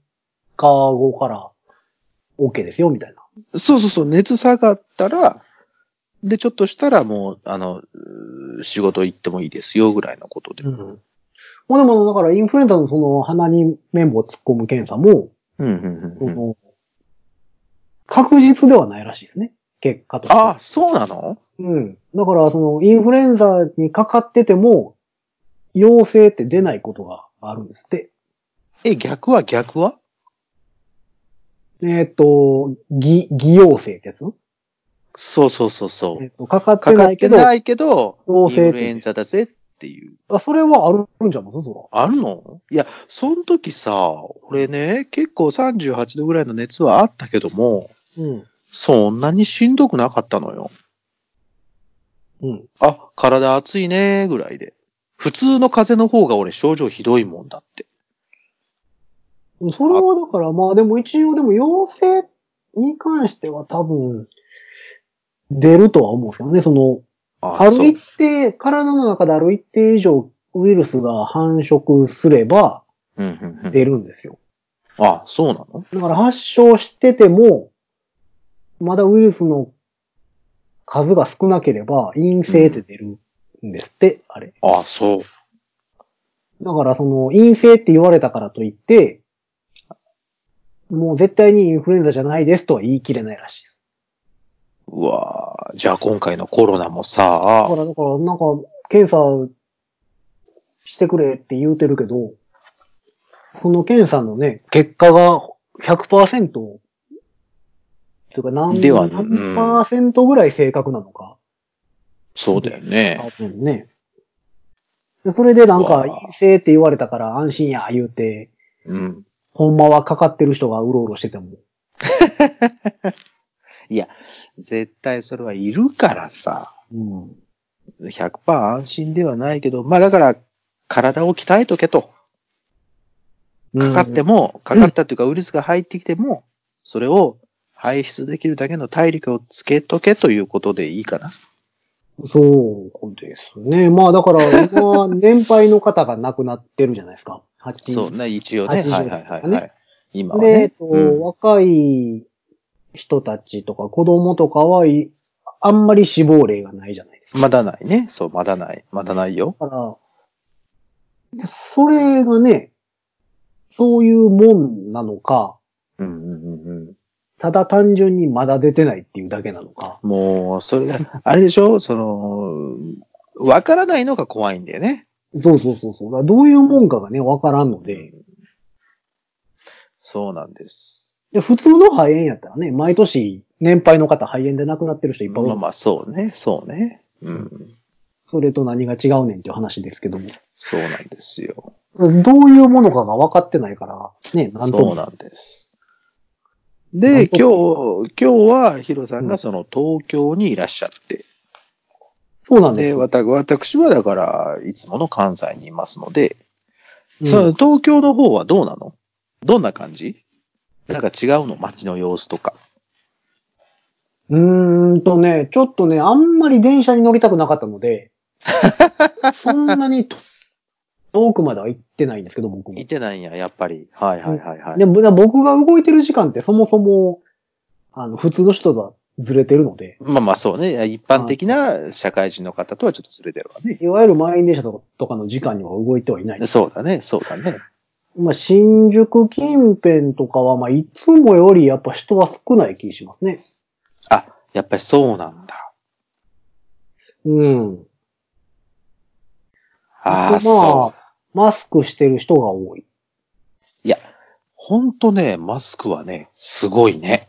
Speaker 2: 後から OK ですよ、みたいな。
Speaker 3: そうそうそう、熱下がったら、で、ちょっとしたらもう、あの、うー仕事行ってもいいですよ、ぐらいのことで。
Speaker 2: ん。まあでも、だからインフルエンザのその鼻に綿棒を突っ込む検査も、
Speaker 3: うん、うん、
Speaker 2: そ
Speaker 3: うんうん。
Speaker 2: の確実ではないらしいですね。結果として。
Speaker 3: あ、そうなの
Speaker 2: うん。だから、その、インフルエンザにかかってても、陽性って出ないことがあるんですって。
Speaker 3: え、逆は逆は
Speaker 2: えっ、と、偽、偽陽性ってやつ、
Speaker 3: そうそうそうそ
Speaker 2: え
Speaker 3: う。
Speaker 2: っとかかって
Speaker 3: かか
Speaker 2: な
Speaker 3: っ
Speaker 2: いけ
Speaker 3: て
Speaker 2: ど、
Speaker 3: ないけど、
Speaker 2: 陽
Speaker 3: イ
Speaker 2: 性
Speaker 3: ン
Speaker 2: って
Speaker 3: フルエンザだぜっていう。
Speaker 2: あそれはあるんじゃないそ
Speaker 3: あるのいや、その時さ、俺ね、結構38度ぐらいの熱はあったけども、
Speaker 2: ら。うん。
Speaker 3: そんなにしんどくなかったのよ。
Speaker 2: うん。
Speaker 3: あ、体熱いねーぐらいで。普通の風邪の方が俺症状ひどいもんだって。
Speaker 2: それはだから、まあでも一応でも陽性に関しては多分、出るとは思うんですけどね。その、
Speaker 3: あ
Speaker 2: ある
Speaker 3: そう
Speaker 2: 一定、体の中である一定以上ウイルスが繁殖すれば
Speaker 3: うんうんうん
Speaker 2: 出るんですよ。
Speaker 3: あ、そうなの
Speaker 2: だから発症してても、まだウイルスの数が少なければ陰性って出るんですって、あれ。
Speaker 3: あ、そう。
Speaker 2: だからその陰性って言われたからといって、もう絶対にインフルエンザじゃないですとは言い切れないらしいです。
Speaker 3: うわーじゃあ今回のコロナも
Speaker 2: だか
Speaker 3: さ、
Speaker 2: ら、だから、なんか、検査してくれって言うてるけど、その検査のね、結果が100%、というか何、
Speaker 3: では
Speaker 2: 何パーセントぐらい正確なのか、
Speaker 3: そうだよね。
Speaker 2: 多分ね。でそれでなん
Speaker 3: う
Speaker 2: か、
Speaker 3: わ
Speaker 2: 陰性って言われたから安心や、言うて、
Speaker 3: うん。
Speaker 2: ほんまはかかってる人がうろうろしてても。
Speaker 3: 絶対それはいるからさ、
Speaker 2: うん。
Speaker 3: 100%安心ではないけど、まあだから、体を鍛えとけと。かかって
Speaker 2: も。
Speaker 3: も、かかったというか、ウイルスが入ってきても、それを排出できるだけの体力をつけとけということでいいかな。
Speaker 2: そうですね。まあだから、今、 年配の方が亡くなってるじゃないですか。80
Speaker 3: そうね、一応ね。はい
Speaker 2: 80
Speaker 3: はいはい、は
Speaker 2: ね
Speaker 3: い。今は
Speaker 2: で、えっ
Speaker 3: ね。
Speaker 2: と
Speaker 3: うん
Speaker 2: 若い人たちとか子供とかはい、あんまり死亡例がないじゃないですか。
Speaker 3: まだないね。そう、まだない。まだないよ。
Speaker 2: だから、それがね、そういうもんなのか、
Speaker 3: うんうんうんうん。
Speaker 2: ただ単純にまだ出てないっていうだけなのか。
Speaker 3: もう、それが、 あれでしょその、わからないのが怖いんだよね。
Speaker 2: そうそうそうそう。だからどういうもんかがね、わからんので。
Speaker 3: そうなんです。
Speaker 2: で普通の肺炎やったらね、毎年年配の方肺炎で亡くなってる人いっぱいおる
Speaker 3: まあまあ、そうね、そうね。うん。
Speaker 2: それと何が違うねんっていう話ですけども。
Speaker 3: そうなんですよ。
Speaker 2: どういうものかが分かってないから、ね、なんと
Speaker 3: そう
Speaker 2: も。
Speaker 3: なんです。で、
Speaker 2: なんと
Speaker 3: 今日、今日はヒロさんがその東京にいらっしゃって、
Speaker 2: そうなんです
Speaker 3: で、
Speaker 2: よ。
Speaker 3: わた私はだから、いつもの関西にいますので、
Speaker 2: うん
Speaker 3: その東京の方はどうなのどんな感じなんか違うの街の様子とか。
Speaker 2: うーんとね、ちょっとね、あんまり電車に乗りたくなかったの で、そんなに遠くまでは行ってないんですけど、僕も
Speaker 3: い。てないんや、やっぱり。はいはいはいはい。
Speaker 2: でも僕が動いてる時間ってそもそも、あの、普通の人とはずれてるので、
Speaker 3: まあまあそうね。一般的な社会人の方とはちょっとずれてるわね。
Speaker 2: いわゆる満員電車とかとかの時間には動いてはいない。
Speaker 3: そうだね、そうだね。
Speaker 2: まあ、新宿近辺とかは、まあ、いつもよりやっぱ人は少ない気しますね。
Speaker 3: あ、やっぱりそうなんだ。
Speaker 2: うん。
Speaker 3: ああ、
Speaker 2: とま
Speaker 3: そう。
Speaker 2: あ、マスクしてる人が多い。
Speaker 3: いや、ほんとね、マスクはね、すごいね。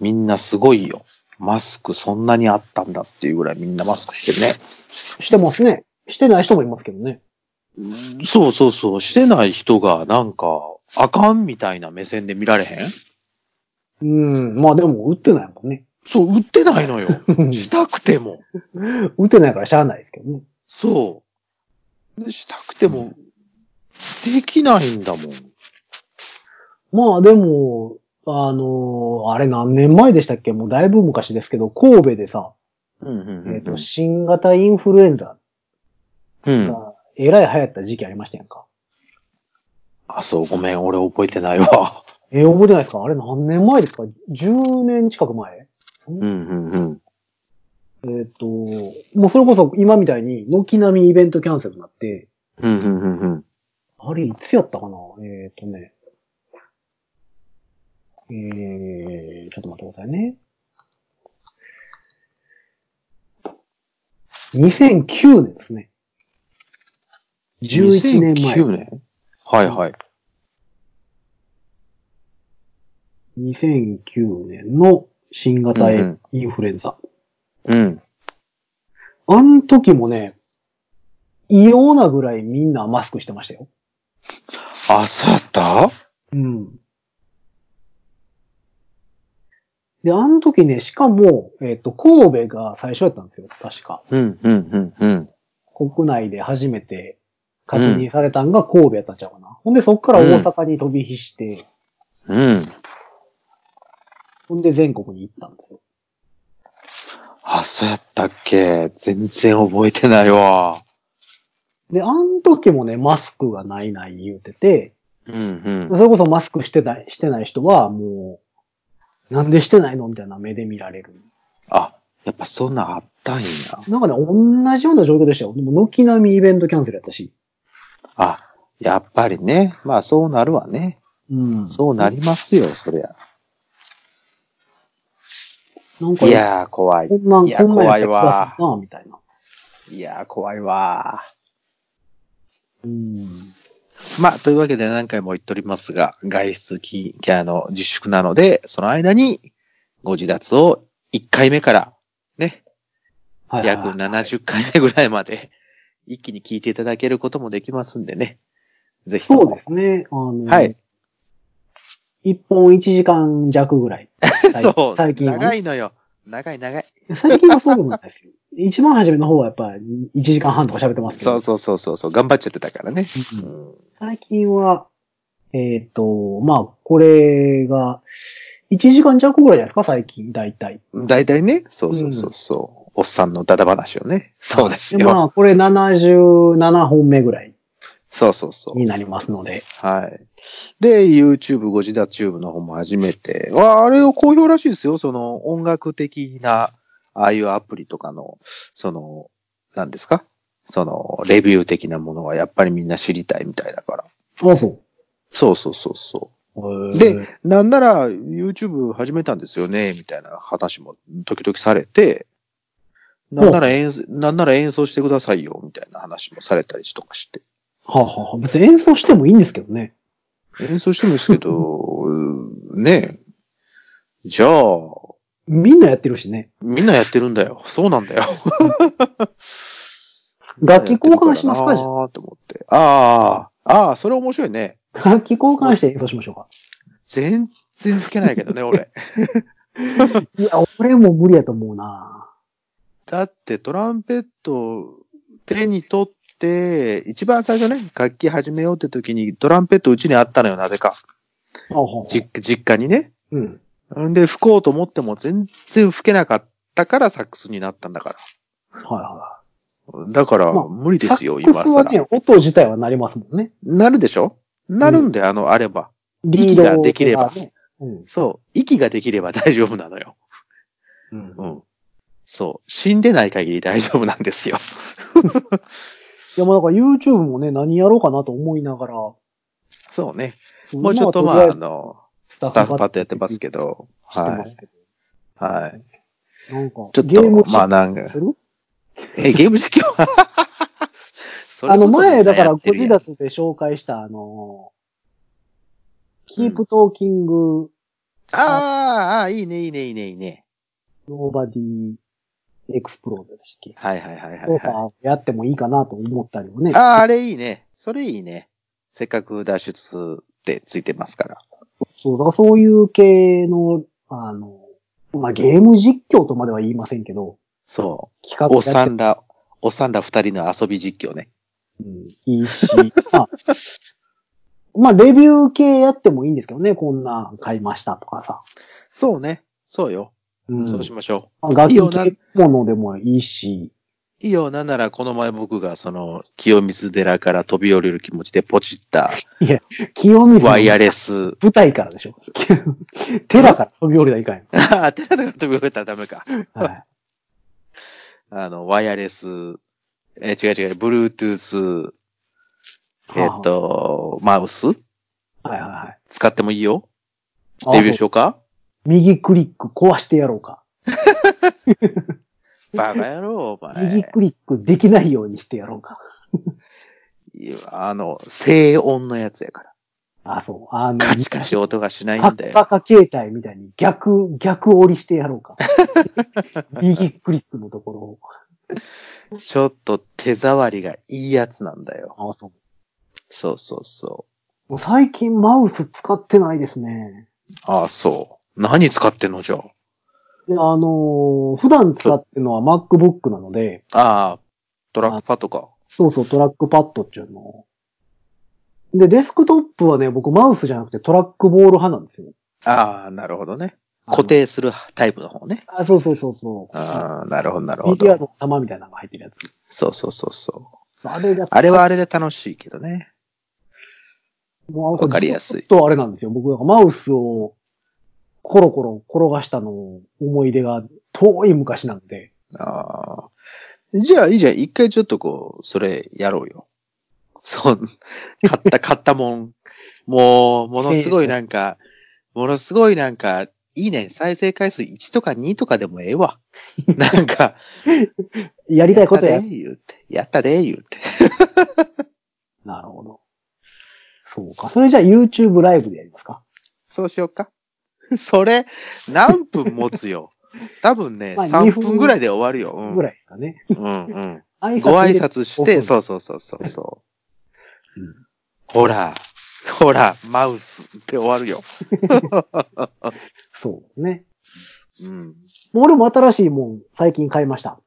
Speaker 3: みんなすごいよ。マスクそんなにあったんだっていうぐらいみんなマスクしてるね。
Speaker 2: してますね。してない人もいますけどね。
Speaker 3: そうそうそう、してない人がなんか、あかんみたいな目線で見られへん
Speaker 2: うん。まあでも、打ってないもんね。
Speaker 3: そう、売ってないのよ。したくても。
Speaker 2: 打ってないからしゃあないですけどね。
Speaker 3: そう。でしたくても、できないんだもん。
Speaker 2: まあでも、あのーあれ何年前でしたっけもうだいぶ昔ですけど、神戸でさ、
Speaker 3: うんうん
Speaker 2: えっ、と、新型インフルエンザ
Speaker 3: うん。
Speaker 2: がえらい流行った時期ありましたやんか。
Speaker 3: あ、そう、ごめん、俺覚えてないわ。
Speaker 2: えー覚えてないですかあれ何年前ですか ?10 年近く前
Speaker 3: うんうんうん。
Speaker 2: えっ、と、もうそれこそ今みたいに、軒並みイベントキャンセルになって、
Speaker 3: うんうんうんうん。
Speaker 2: あれ、いつやったかなえっ、ー、とね。えー、ちょっと待ってくださいね。2009年ですね。11年前。
Speaker 3: 2009年はいはい。
Speaker 2: 2009年の新型インフルエンザ。
Speaker 3: うん。
Speaker 2: あの時もね、異様なぐらいみんなマスクしてましたよ。
Speaker 3: あ、そうやった
Speaker 2: うん。で、あの時ね、しかも、えっ、と、神戸が最初やったんですよ、確か。
Speaker 3: うんうんうんうん。
Speaker 2: 国内で初めて確認されたんが神戸やったんちゃうかな。ほんで、そっから大阪に飛び火して、
Speaker 3: うん。
Speaker 2: ほんで全国に行ったんですよ。
Speaker 3: あ、そうやったっけ全然覚えてないわ。
Speaker 2: で、あの時もね、マスクがないない言うてて、
Speaker 3: うん
Speaker 2: それこそマスクしてない、してない人はもう、なんでしてないのみたいな目で見られる。
Speaker 3: あ、やっぱそんなんあったんや。
Speaker 2: なんかね、同じような状況でしたよ。でも軒並みイベントキャンセルやったし。
Speaker 3: あ、やっぱりね。まあそうなるわね。
Speaker 2: うん
Speaker 3: そうなりますよ、そりゃ。
Speaker 2: なんか
Speaker 3: い
Speaker 2: ね
Speaker 3: やー、怖い
Speaker 2: こ。んなん、
Speaker 3: いや
Speaker 2: こんなんやったら
Speaker 3: 怖いわ
Speaker 2: 食わすな、みたいな。
Speaker 3: いやー、怖いわ
Speaker 2: うん。
Speaker 3: ー。まあ、というわけで何回も言っておりますが、外出き、あの、自粛なので、その間に、ご自立を1回目から、ね、
Speaker 2: はいはい
Speaker 3: 約
Speaker 2: はい。
Speaker 3: 70回目ぐらいまで、一気に聞いていただけることもできますんでね。ぜひとも
Speaker 2: そうですね。あの、
Speaker 3: はい。
Speaker 2: 一本一時間弱ぐらい。
Speaker 3: そう。
Speaker 2: 最近はね
Speaker 3: 長いのよ。長い長い。
Speaker 2: 最近はそうでもないですよ。一番初めの方はやっぱり一時間半とか喋ってますけ
Speaker 3: そ
Speaker 2: ど。
Speaker 3: うそうそうそうそう。頑張っちゃってたからね。
Speaker 2: うん
Speaker 3: うん
Speaker 2: 最近は、えっ、と、まあ、これが、一時間弱ぐらいじゃないですか、最近、大体。
Speaker 3: 大体ね、そうそうそうそう、おっさんのダダ話をね。そうです
Speaker 2: で
Speaker 3: よ。
Speaker 2: まあ、これ77本目ぐらい
Speaker 3: そうそうそう
Speaker 2: に。なりますので。
Speaker 3: はい。で、YouTube、ご自宅チューブの方も始めて、わああれを好評らしいですよ。その音楽的な、ああいうアプリとかの、その、何ですかその、レビュー的なものはやっぱりみんな知りたいみたいだから。
Speaker 2: あ、そ。
Speaker 3: そうそうそうそうう。
Speaker 2: で、
Speaker 3: で、なんなら YouTube 始めたんですよね、みたいな話も時々されて、なんなら演奏、なんなら演奏してくださいよ、みたいな話もされたりとかして。
Speaker 2: はあ、はあはあ、別に演奏してもいいんですけどね。
Speaker 3: 演奏してもいいですけど、 うんねえ。じゃあ、
Speaker 2: みんなやってるしね。
Speaker 3: みんなやってるんだよ。そうなんだよ。
Speaker 2: 楽器交換しますかじゃあ
Speaker 3: あーと思って。ああ、ああ、それ面白いね。
Speaker 2: 楽器交換して演奏しましょうか。
Speaker 3: 全然吹けないけ どね、俺。
Speaker 2: いや、俺も無理やと思うな
Speaker 3: だってトランペットを手に取って、一番最初ね、楽器始めようって時にトランペットうちにあったのよ、なぜか。
Speaker 2: あはあはあ
Speaker 3: じ実家にね。
Speaker 2: うん。
Speaker 3: んで、吹こうと思っても全然吹けなかったからサックスになったんだから。
Speaker 2: はいは
Speaker 3: だから、
Speaker 2: まあ
Speaker 3: 無理
Speaker 2: い。
Speaker 3: ですよ、
Speaker 2: サッ
Speaker 3: 今
Speaker 2: クスは
Speaker 3: 更。
Speaker 2: ね、音自体は鳴りますもんね。
Speaker 3: なるでしょなるんで、あの、あれば。
Speaker 2: リー
Speaker 3: 息
Speaker 2: ド
Speaker 3: ができれば
Speaker 2: とかね。うん。
Speaker 3: そう。息ができれば 大丈夫なのよ。
Speaker 2: うん
Speaker 3: う。ん。そう。死んでない限り大丈夫なんですよ。
Speaker 2: いや、もうだから YouTube もね、何やろうかなと思いながら。も
Speaker 3: そうね。もうちょっとまあ、あの、スタッフパッドやってますけど。
Speaker 2: どして
Speaker 3: は
Speaker 2: ますけど。
Speaker 3: い。はい。
Speaker 2: なんか、
Speaker 3: ちょっ
Speaker 2: ゲーム
Speaker 3: と、まあなん か、
Speaker 2: する
Speaker 3: え、ゲーム実況 それ
Speaker 2: あ
Speaker 3: こ
Speaker 2: の
Speaker 3: そ
Speaker 2: 前、だから、
Speaker 3: みんなやっ
Speaker 2: ゴ
Speaker 3: てる
Speaker 2: ジ
Speaker 3: やん
Speaker 2: ラスで紹介した、あのー、キープトーキング、
Speaker 3: あーあー、いいね、いいね、いいね、いいね。
Speaker 2: ノーバディエクスプロードでしたっけ
Speaker 3: はいはいはいはい、
Speaker 2: と
Speaker 3: はい。
Speaker 2: かやってもいいかなと思ったりもね。
Speaker 3: ああ、あれいいね。それいいね。せっかく脱出ってついてますから。
Speaker 2: そう、だからそういう系の、あの、まあ、ゲーム実況とまでは言いませんけど、
Speaker 3: そ
Speaker 2: 企
Speaker 3: う。
Speaker 2: 画
Speaker 3: おっさ
Speaker 2: やって
Speaker 3: んら、おっさんら二人の遊び実況ね。
Speaker 2: うんいいし、まあ、まあ、レビュー系やってもいいんですけどね、こんなん買いましたとかさ。
Speaker 3: そうね。そうよ。
Speaker 2: うん。
Speaker 3: そうしましょ
Speaker 2: まあ楽
Speaker 3: いいよ
Speaker 2: 器
Speaker 3: な
Speaker 2: 系ものでもいいし、
Speaker 3: う。いいよ。なんなら、この前僕が、その、清水寺から飛び降りる気持ちでポチ った、
Speaker 2: 清水の
Speaker 3: ワイヤレス。
Speaker 2: 舞台からでしょ。 テラから飛び降りたらいかんよ。
Speaker 3: ああ、寺田が飛び降りたらダメか。
Speaker 2: はい。
Speaker 3: あの、ワイヤレス、えー、違う違う、Bluetooth、えっ、と、マウス
Speaker 2: はいはいはい。
Speaker 3: 使ってもいいよ。
Speaker 2: あ
Speaker 3: レビューしようか
Speaker 2: 右クリック壊してやろうか。
Speaker 3: バカ野郎、お前。
Speaker 2: 右クリックできないようにしてやろうか。
Speaker 3: いやあの、静音のやつやから。
Speaker 2: あ、そう。あの、
Speaker 3: カチカチ音がしない
Speaker 2: パ
Speaker 3: んだ
Speaker 2: ッ
Speaker 3: よ。
Speaker 2: パカ携帯みたいに逆、逆折りしてやろ うか。右クリックのところを。
Speaker 3: ちょっと手触りがいいやつなんだよ。
Speaker 2: あ、そう。
Speaker 3: そうそうそ
Speaker 2: もう最近マウス使ってないですね。
Speaker 3: う。ああ、そう。何使ってんのじゃあ。
Speaker 2: であのー普段使ってるのは MacBook なので、
Speaker 3: ああ、トラックパッドか。
Speaker 2: そうそう、トラックパッドっていうのを。で、デスクトップはね、僕マウスじゃなくてトラックボール派なんですよ。
Speaker 3: ああ、なるほどね。
Speaker 2: あの
Speaker 3: 固。定するタイプの方ね。
Speaker 2: あ、そうそうそうそう。
Speaker 3: ああ、なるほど、なるほ
Speaker 2: ビリヤード
Speaker 3: ど。
Speaker 2: の玉みたいなのが入ってるやつ。
Speaker 3: そうそうそうそう。
Speaker 2: あれが、
Speaker 3: あれはあれで楽しいけどね。
Speaker 2: もう
Speaker 3: わかりやすい
Speaker 2: ちょっとあれなんですよ。僕、なんかマウスをコロコロ転がしたのを思い出が遠い昔なんで。
Speaker 3: ああ。じゃあ、いいじゃん。一回ちょっとこう、それやろうよ。 そう。買った、買ったもん。もう、ものすごいなんか、ものすごいなんか、いいね。再生回数1とか2とかでもえ えわ。なんか、
Speaker 2: やりたいことや
Speaker 3: やった。で、言うて。やったで、言うて。
Speaker 2: なるほど。そうか。それじゃあ YouTube ライブでやりますか。
Speaker 3: そうしようか。それ、何分持つよ。多分ね、
Speaker 2: まあ
Speaker 3: 3
Speaker 2: 2分
Speaker 3: 分ぐらいで終わるよ。うん。
Speaker 2: ぐらいですかね。
Speaker 3: うん うん。
Speaker 2: 挨
Speaker 3: ご挨
Speaker 2: 入れ
Speaker 3: 拶して、
Speaker 2: そ
Speaker 3: そうそうそうそうそう、ほら、ほら、マウスって終わるよ。
Speaker 2: そうね。
Speaker 3: うん。
Speaker 2: 俺も新しいもん最近買いました。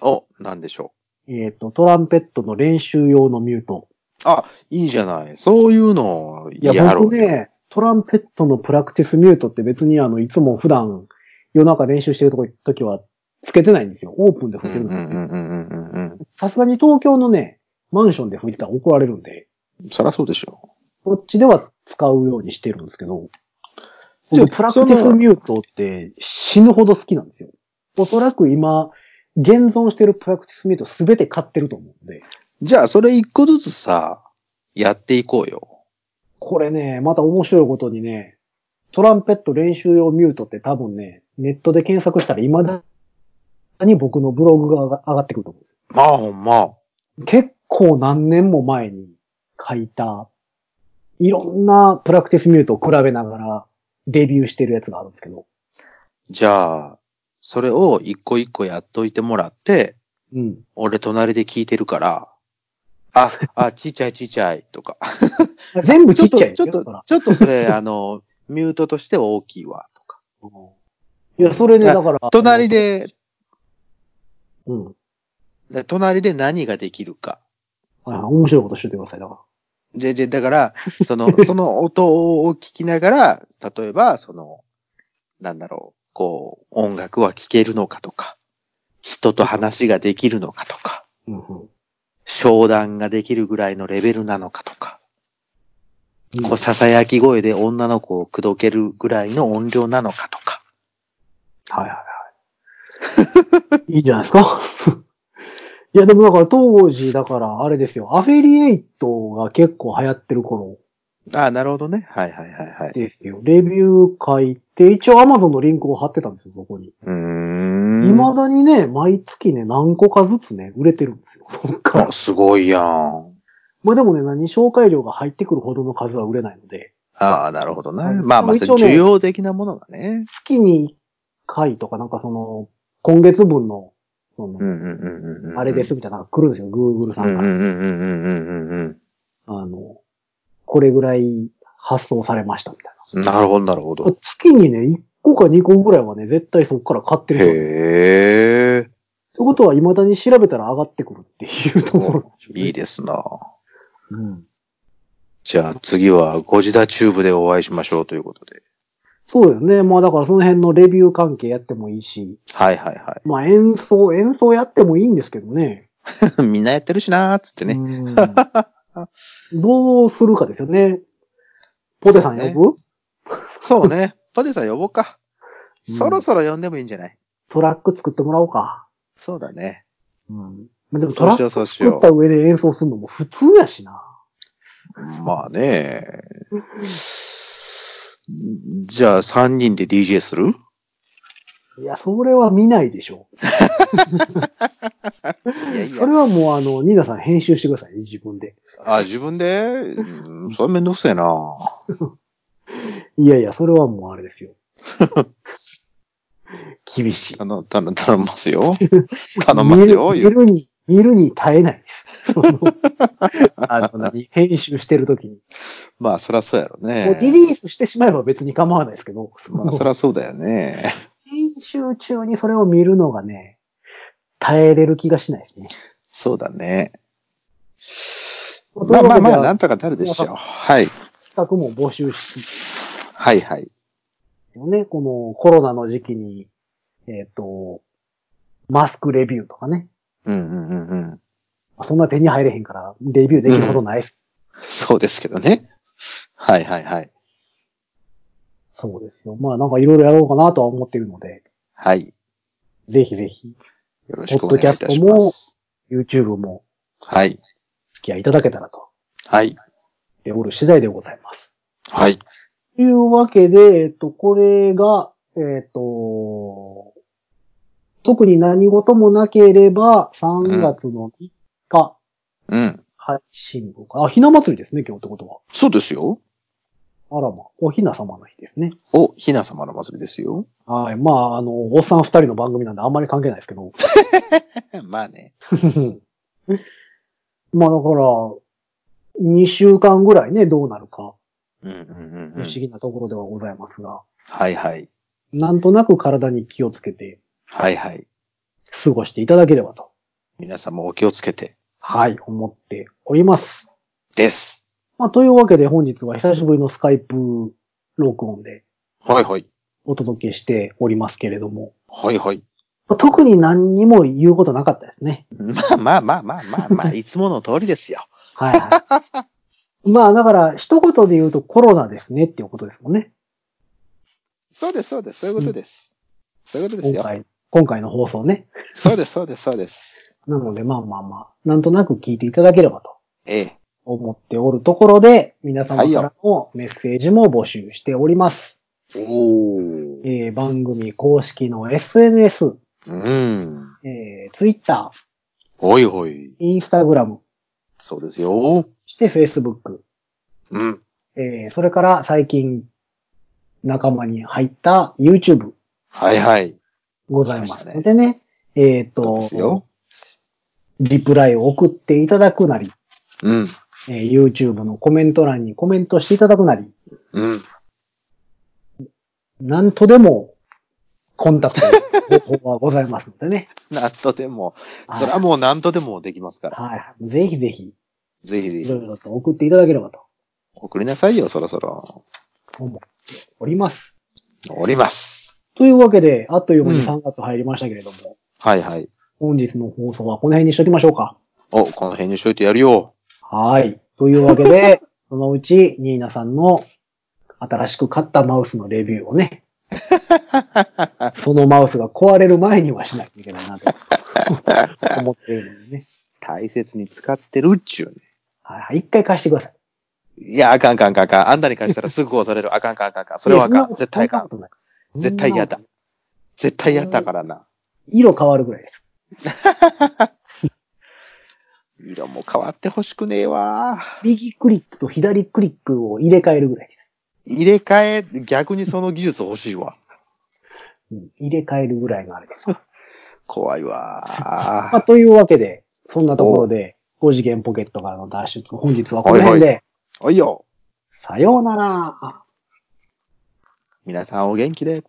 Speaker 3: お、なんでしょ
Speaker 2: えっ、と、トランペットの練習用のミュート。
Speaker 3: う。あ、いいじゃない。そういうの
Speaker 2: いや、
Speaker 3: やろうよ。
Speaker 2: 僕ね、トランペットのプラクティスミュートって別にあの、いつも普段夜中練習してるとこ時はつけてないんですよ。オープンで吹
Speaker 3: う
Speaker 2: い
Speaker 3: ん
Speaker 2: て
Speaker 3: う
Speaker 2: るん
Speaker 3: ん
Speaker 2: ですよ。
Speaker 3: うんうんうんうん
Speaker 2: さすがに東京のね、マンションで吹いてたら怒られるんで、
Speaker 3: うん。そらそうでしょ。
Speaker 2: こっちでは使うようにしてるんですけど、
Speaker 3: じゃあ
Speaker 2: 僕プラクティスミュートって死ぬほど好きなんですよ。おそらく今、現存してるプラクティスメイト全て買ってると思うんで、
Speaker 3: じゃあ、それ一個ずつさ、やっていこうよ。
Speaker 2: これね、また面白いことにね、トランペット練習用ミュートって多分ね、ネットで検索したら未だに僕のブログが上が上がってくると思うんですよ
Speaker 3: まあ、ほんま。
Speaker 2: 結構何年も前に書いた、いろんなプラクティスミュートを比べながらレビューしてるやつがあるんですけど。
Speaker 3: じゃあ、それを一個一個やっといてもらって、
Speaker 2: うん。
Speaker 3: 俺隣で聞いてるから、あ、あ、ちっちゃいちっちゃいとか。
Speaker 2: 全部
Speaker 3: ち
Speaker 2: ち
Speaker 3: ょ
Speaker 2: っ
Speaker 3: っと、
Speaker 2: ちゃいです
Speaker 3: ちょ
Speaker 2: よ
Speaker 3: っ
Speaker 2: だから
Speaker 3: と、ちょっとそれ、あの、ミュートとして大きいわ、とか。
Speaker 2: いや、それね、
Speaker 3: あ
Speaker 2: だから。
Speaker 3: 隣で、
Speaker 2: うん。
Speaker 3: で隣で何ができるか。
Speaker 2: はいはい面白いことしててください、だか
Speaker 3: で、で、だ から、その、その音を聞きながら、例えば、その、なんだろう、こう、音楽は聴けるのかとか、人と話ができるのかとか、
Speaker 2: ら。うんうん
Speaker 3: 商談ができるぐらいのレベルなのかとか、
Speaker 2: うん
Speaker 3: こう、囁き声で女の子を口説けるぐらいの音量なのかとか。
Speaker 2: はいはいはい。いいんじゃないですか いや、でもだから当時、だからあれですよ、アフィリエイトが結構流行ってる頃
Speaker 3: ああ、なるほどね。はいはいはいはい。
Speaker 2: ですよ。レビュー書いて、一応 Amazon のリンクを貼ってたんですよ、そこに。
Speaker 3: うーん。
Speaker 2: 未だにね、毎月ね、何個かずつね、売れてるんですよ。そっから
Speaker 3: あ。すごいやん。
Speaker 2: まあでもね、何、紹介料が入ってくるほどの数は売れないので、
Speaker 3: ああ、なるほどね。
Speaker 2: うん
Speaker 3: まあまあ、
Speaker 2: でも一応ね
Speaker 3: 需要的なものがね。
Speaker 2: 月に1回とか、なんかその、今月分の、その、
Speaker 3: うんうんうんうんうん。
Speaker 2: あれで。すみたいなのが来るんですよ、Google さ
Speaker 3: うんん
Speaker 2: か
Speaker 3: う
Speaker 2: ら。
Speaker 3: んうんうんうんうんうん
Speaker 2: あの、これぐらい発送されましたみたい
Speaker 3: うん。なるほど、なるほ
Speaker 2: な
Speaker 3: ど。。
Speaker 2: 月にね、1個か2個ぐらいはね、絶対そこから買ってる人。って
Speaker 3: へえ、
Speaker 2: ことは未だに調べたら上がってくるっていうところなんでしょうね
Speaker 3: いいですな。
Speaker 2: うん。
Speaker 3: じゃあ次はゴジダチューブでお会いしましょうということで。
Speaker 2: そうですね。まあだからその辺のレビュー関係やってもいいし、
Speaker 3: はいはいは
Speaker 2: まあ演奏、演奏やってもいいんですけどね。
Speaker 3: い。 みんなやってるしなーっつってね。
Speaker 2: うん。 どうするかですよね。ポテさん呼ぶ、
Speaker 3: そうね。ポテさん呼ぼうか。
Speaker 2: うん
Speaker 3: そろそろ呼んでもいいんじゃない
Speaker 2: トラック作ってもらおうか。
Speaker 3: そうだね。
Speaker 2: うん。まあでもト
Speaker 3: そう
Speaker 2: ラッ
Speaker 3: しよ
Speaker 2: ク
Speaker 3: うそうし
Speaker 2: 作
Speaker 3: よ
Speaker 2: った上で演奏するのも普通やしな。
Speaker 3: う。まあね。じゃあ3人で DJ する
Speaker 2: いや、それは見ないでしょ。
Speaker 3: いやいう
Speaker 2: それはもうあの、ニーナさん編集してください、自分で。
Speaker 3: あ、自分でうんそれめんどくせえな。
Speaker 2: いやいや、それはもうあれ ですよ。厳しい。
Speaker 3: 頼、頼、頼みま すよ。頼みますよ。
Speaker 2: 見
Speaker 3: 言
Speaker 2: る見る
Speaker 3: う
Speaker 2: に、見るに耐えない です。そのあの、何編集してると きに。
Speaker 3: まあ、そらそうやろね。
Speaker 2: もうリリースしてしまえば別に構わないですけど、
Speaker 3: まあ、そらそうだよね。
Speaker 2: 編集中にそれを見るのがね、耐えれる気がしないですね。
Speaker 3: そうだね。まあまあまあ、なんとかなるでしょう。はい。
Speaker 2: 企画も募集して
Speaker 3: はいはい。
Speaker 2: よね。このコロナの時期に、えっ、と、マスクレビューとかね。
Speaker 3: うんうんうんうん。
Speaker 2: そんな手に入れへんから、レビューできるほどないです。
Speaker 3: そうですけどね。はいはいはい。
Speaker 2: そうですよ。まあなんかいろいろやろうかなとは思っているので、
Speaker 3: はい。
Speaker 2: ぜひぜひ、
Speaker 3: よろしくお願いいたし
Speaker 2: ポッドキャ
Speaker 3: ま
Speaker 2: ス
Speaker 3: す。
Speaker 2: YouTube も
Speaker 3: はい。
Speaker 2: お付き合いいただけたらと、
Speaker 3: はい。
Speaker 2: でおる次第でございます。
Speaker 3: はい。
Speaker 2: というわけで、えっと、これが、えっと、特に何事もなければ、3月の3日、
Speaker 3: うん。
Speaker 2: 配信分か。あ、ひな祭りですね、今日ってこと
Speaker 3: そうですよ。
Speaker 2: は。あらま、おひな様の日ですね。
Speaker 3: お、ひな様の祭りで すよ。
Speaker 2: はい。まあ、あの、おっさん二人の番組なんであんまり関係ないですけど。
Speaker 3: まあね。
Speaker 2: まあ、だから、2週間ぐらいね、どうなるか、
Speaker 3: うんうんうん
Speaker 2: 不思議なところではございますが、
Speaker 3: はいはい。
Speaker 2: なんとなく体に気をつけて
Speaker 3: はいはい。
Speaker 2: 過ごしていただければと、
Speaker 3: 皆さんもお気をつけて。
Speaker 2: はい、思っております。
Speaker 3: です。
Speaker 2: まあ、というわけで本日は久しぶりのスカイプ録音で
Speaker 3: はいはい。
Speaker 2: お届けしておりますけれども、
Speaker 3: はいはい。
Speaker 2: まあ特に何にも言うことなかったですね。
Speaker 3: まあまあまあまあまあまあ、いつもの通りですよ。
Speaker 2: はいはい。 まあ、だから、一言で言うとコロナですねっていうことですもんね。
Speaker 3: そうですそうです。そういうことです。そういうことです
Speaker 2: 今
Speaker 3: よ。
Speaker 2: 回、今回の放送ね。
Speaker 3: そうです、そうです、そうです。
Speaker 2: なので、まあまあまあ、なんとなく聞いていただければと
Speaker 3: ええ。
Speaker 2: 思っておるところで、皆様
Speaker 3: はい
Speaker 2: か
Speaker 3: よ
Speaker 2: らのメッセージも募集しております。
Speaker 3: おー。
Speaker 2: えー番組公式の SNS、
Speaker 3: うん。
Speaker 2: えー、Twitter、
Speaker 3: ほいほい。
Speaker 2: Instagram、
Speaker 3: そうですよ。
Speaker 2: して Facebook、
Speaker 3: うん。
Speaker 2: えー、それから最近仲間に入った YouTube
Speaker 3: はいはい。
Speaker 2: ございますのでね、えっ、
Speaker 3: そうですよ
Speaker 2: と、。リプライを送っていただくなり、
Speaker 3: うん。
Speaker 2: えー YouTube のコメント欄にコメントしていただくなり、
Speaker 3: うん。
Speaker 2: なんとでもコンタクトの方法はございますのでね。
Speaker 3: なんとでも、 それは
Speaker 2: は
Speaker 3: もうなんとでもできますか
Speaker 2: い。
Speaker 3: ら。
Speaker 2: はい。ぜひぜひ、
Speaker 3: ぜひぜ
Speaker 2: い
Speaker 3: ひ
Speaker 2: ろ、いろと送っていただければと
Speaker 3: 送りなさいよ、そろそろ。
Speaker 2: 思っております。
Speaker 3: おります。
Speaker 2: というわけで、あっという間に
Speaker 3: うん
Speaker 2: 3月入りましたけれども、
Speaker 3: はいはい。
Speaker 2: 本日の放送はこの辺にしときましょうか。
Speaker 3: お、この辺にしといてやるよ。
Speaker 2: はい。というわけ で、そのうち、ニーナさんの新しく買ったマウスのレビューを ね、そのマウスが壊れる前にはしなきゃいけないなと思っているのでね。
Speaker 3: 大切に使ってるっちゅうね。
Speaker 2: はい。一回貸してください。
Speaker 3: いや、あかんあかんあかんあかん。あんたに関したらすぐ押される。あかんあかんあかんあかん。それはあ
Speaker 2: いや
Speaker 3: か
Speaker 2: そ
Speaker 3: ん。
Speaker 2: な
Speaker 3: 絶対あかん。
Speaker 2: そんなことない
Speaker 3: 絶対嫌だ。絶対やったからな。
Speaker 2: 色変わるぐらいです。
Speaker 3: 色も変わってほしくねえわ。
Speaker 2: 右クリックと左クリックを入れ替えるぐらいです。
Speaker 3: 入れ替え、逆にその技術欲しいわ。
Speaker 2: うん入れ替えるぐらいのあれです。
Speaker 3: 怖いわ
Speaker 2: まあ、。というわけで、そんなところで、5次元ポケットからの脱出、本日はこの辺で、
Speaker 3: おいよ。
Speaker 2: さようなら。
Speaker 3: 皆さんお元気で。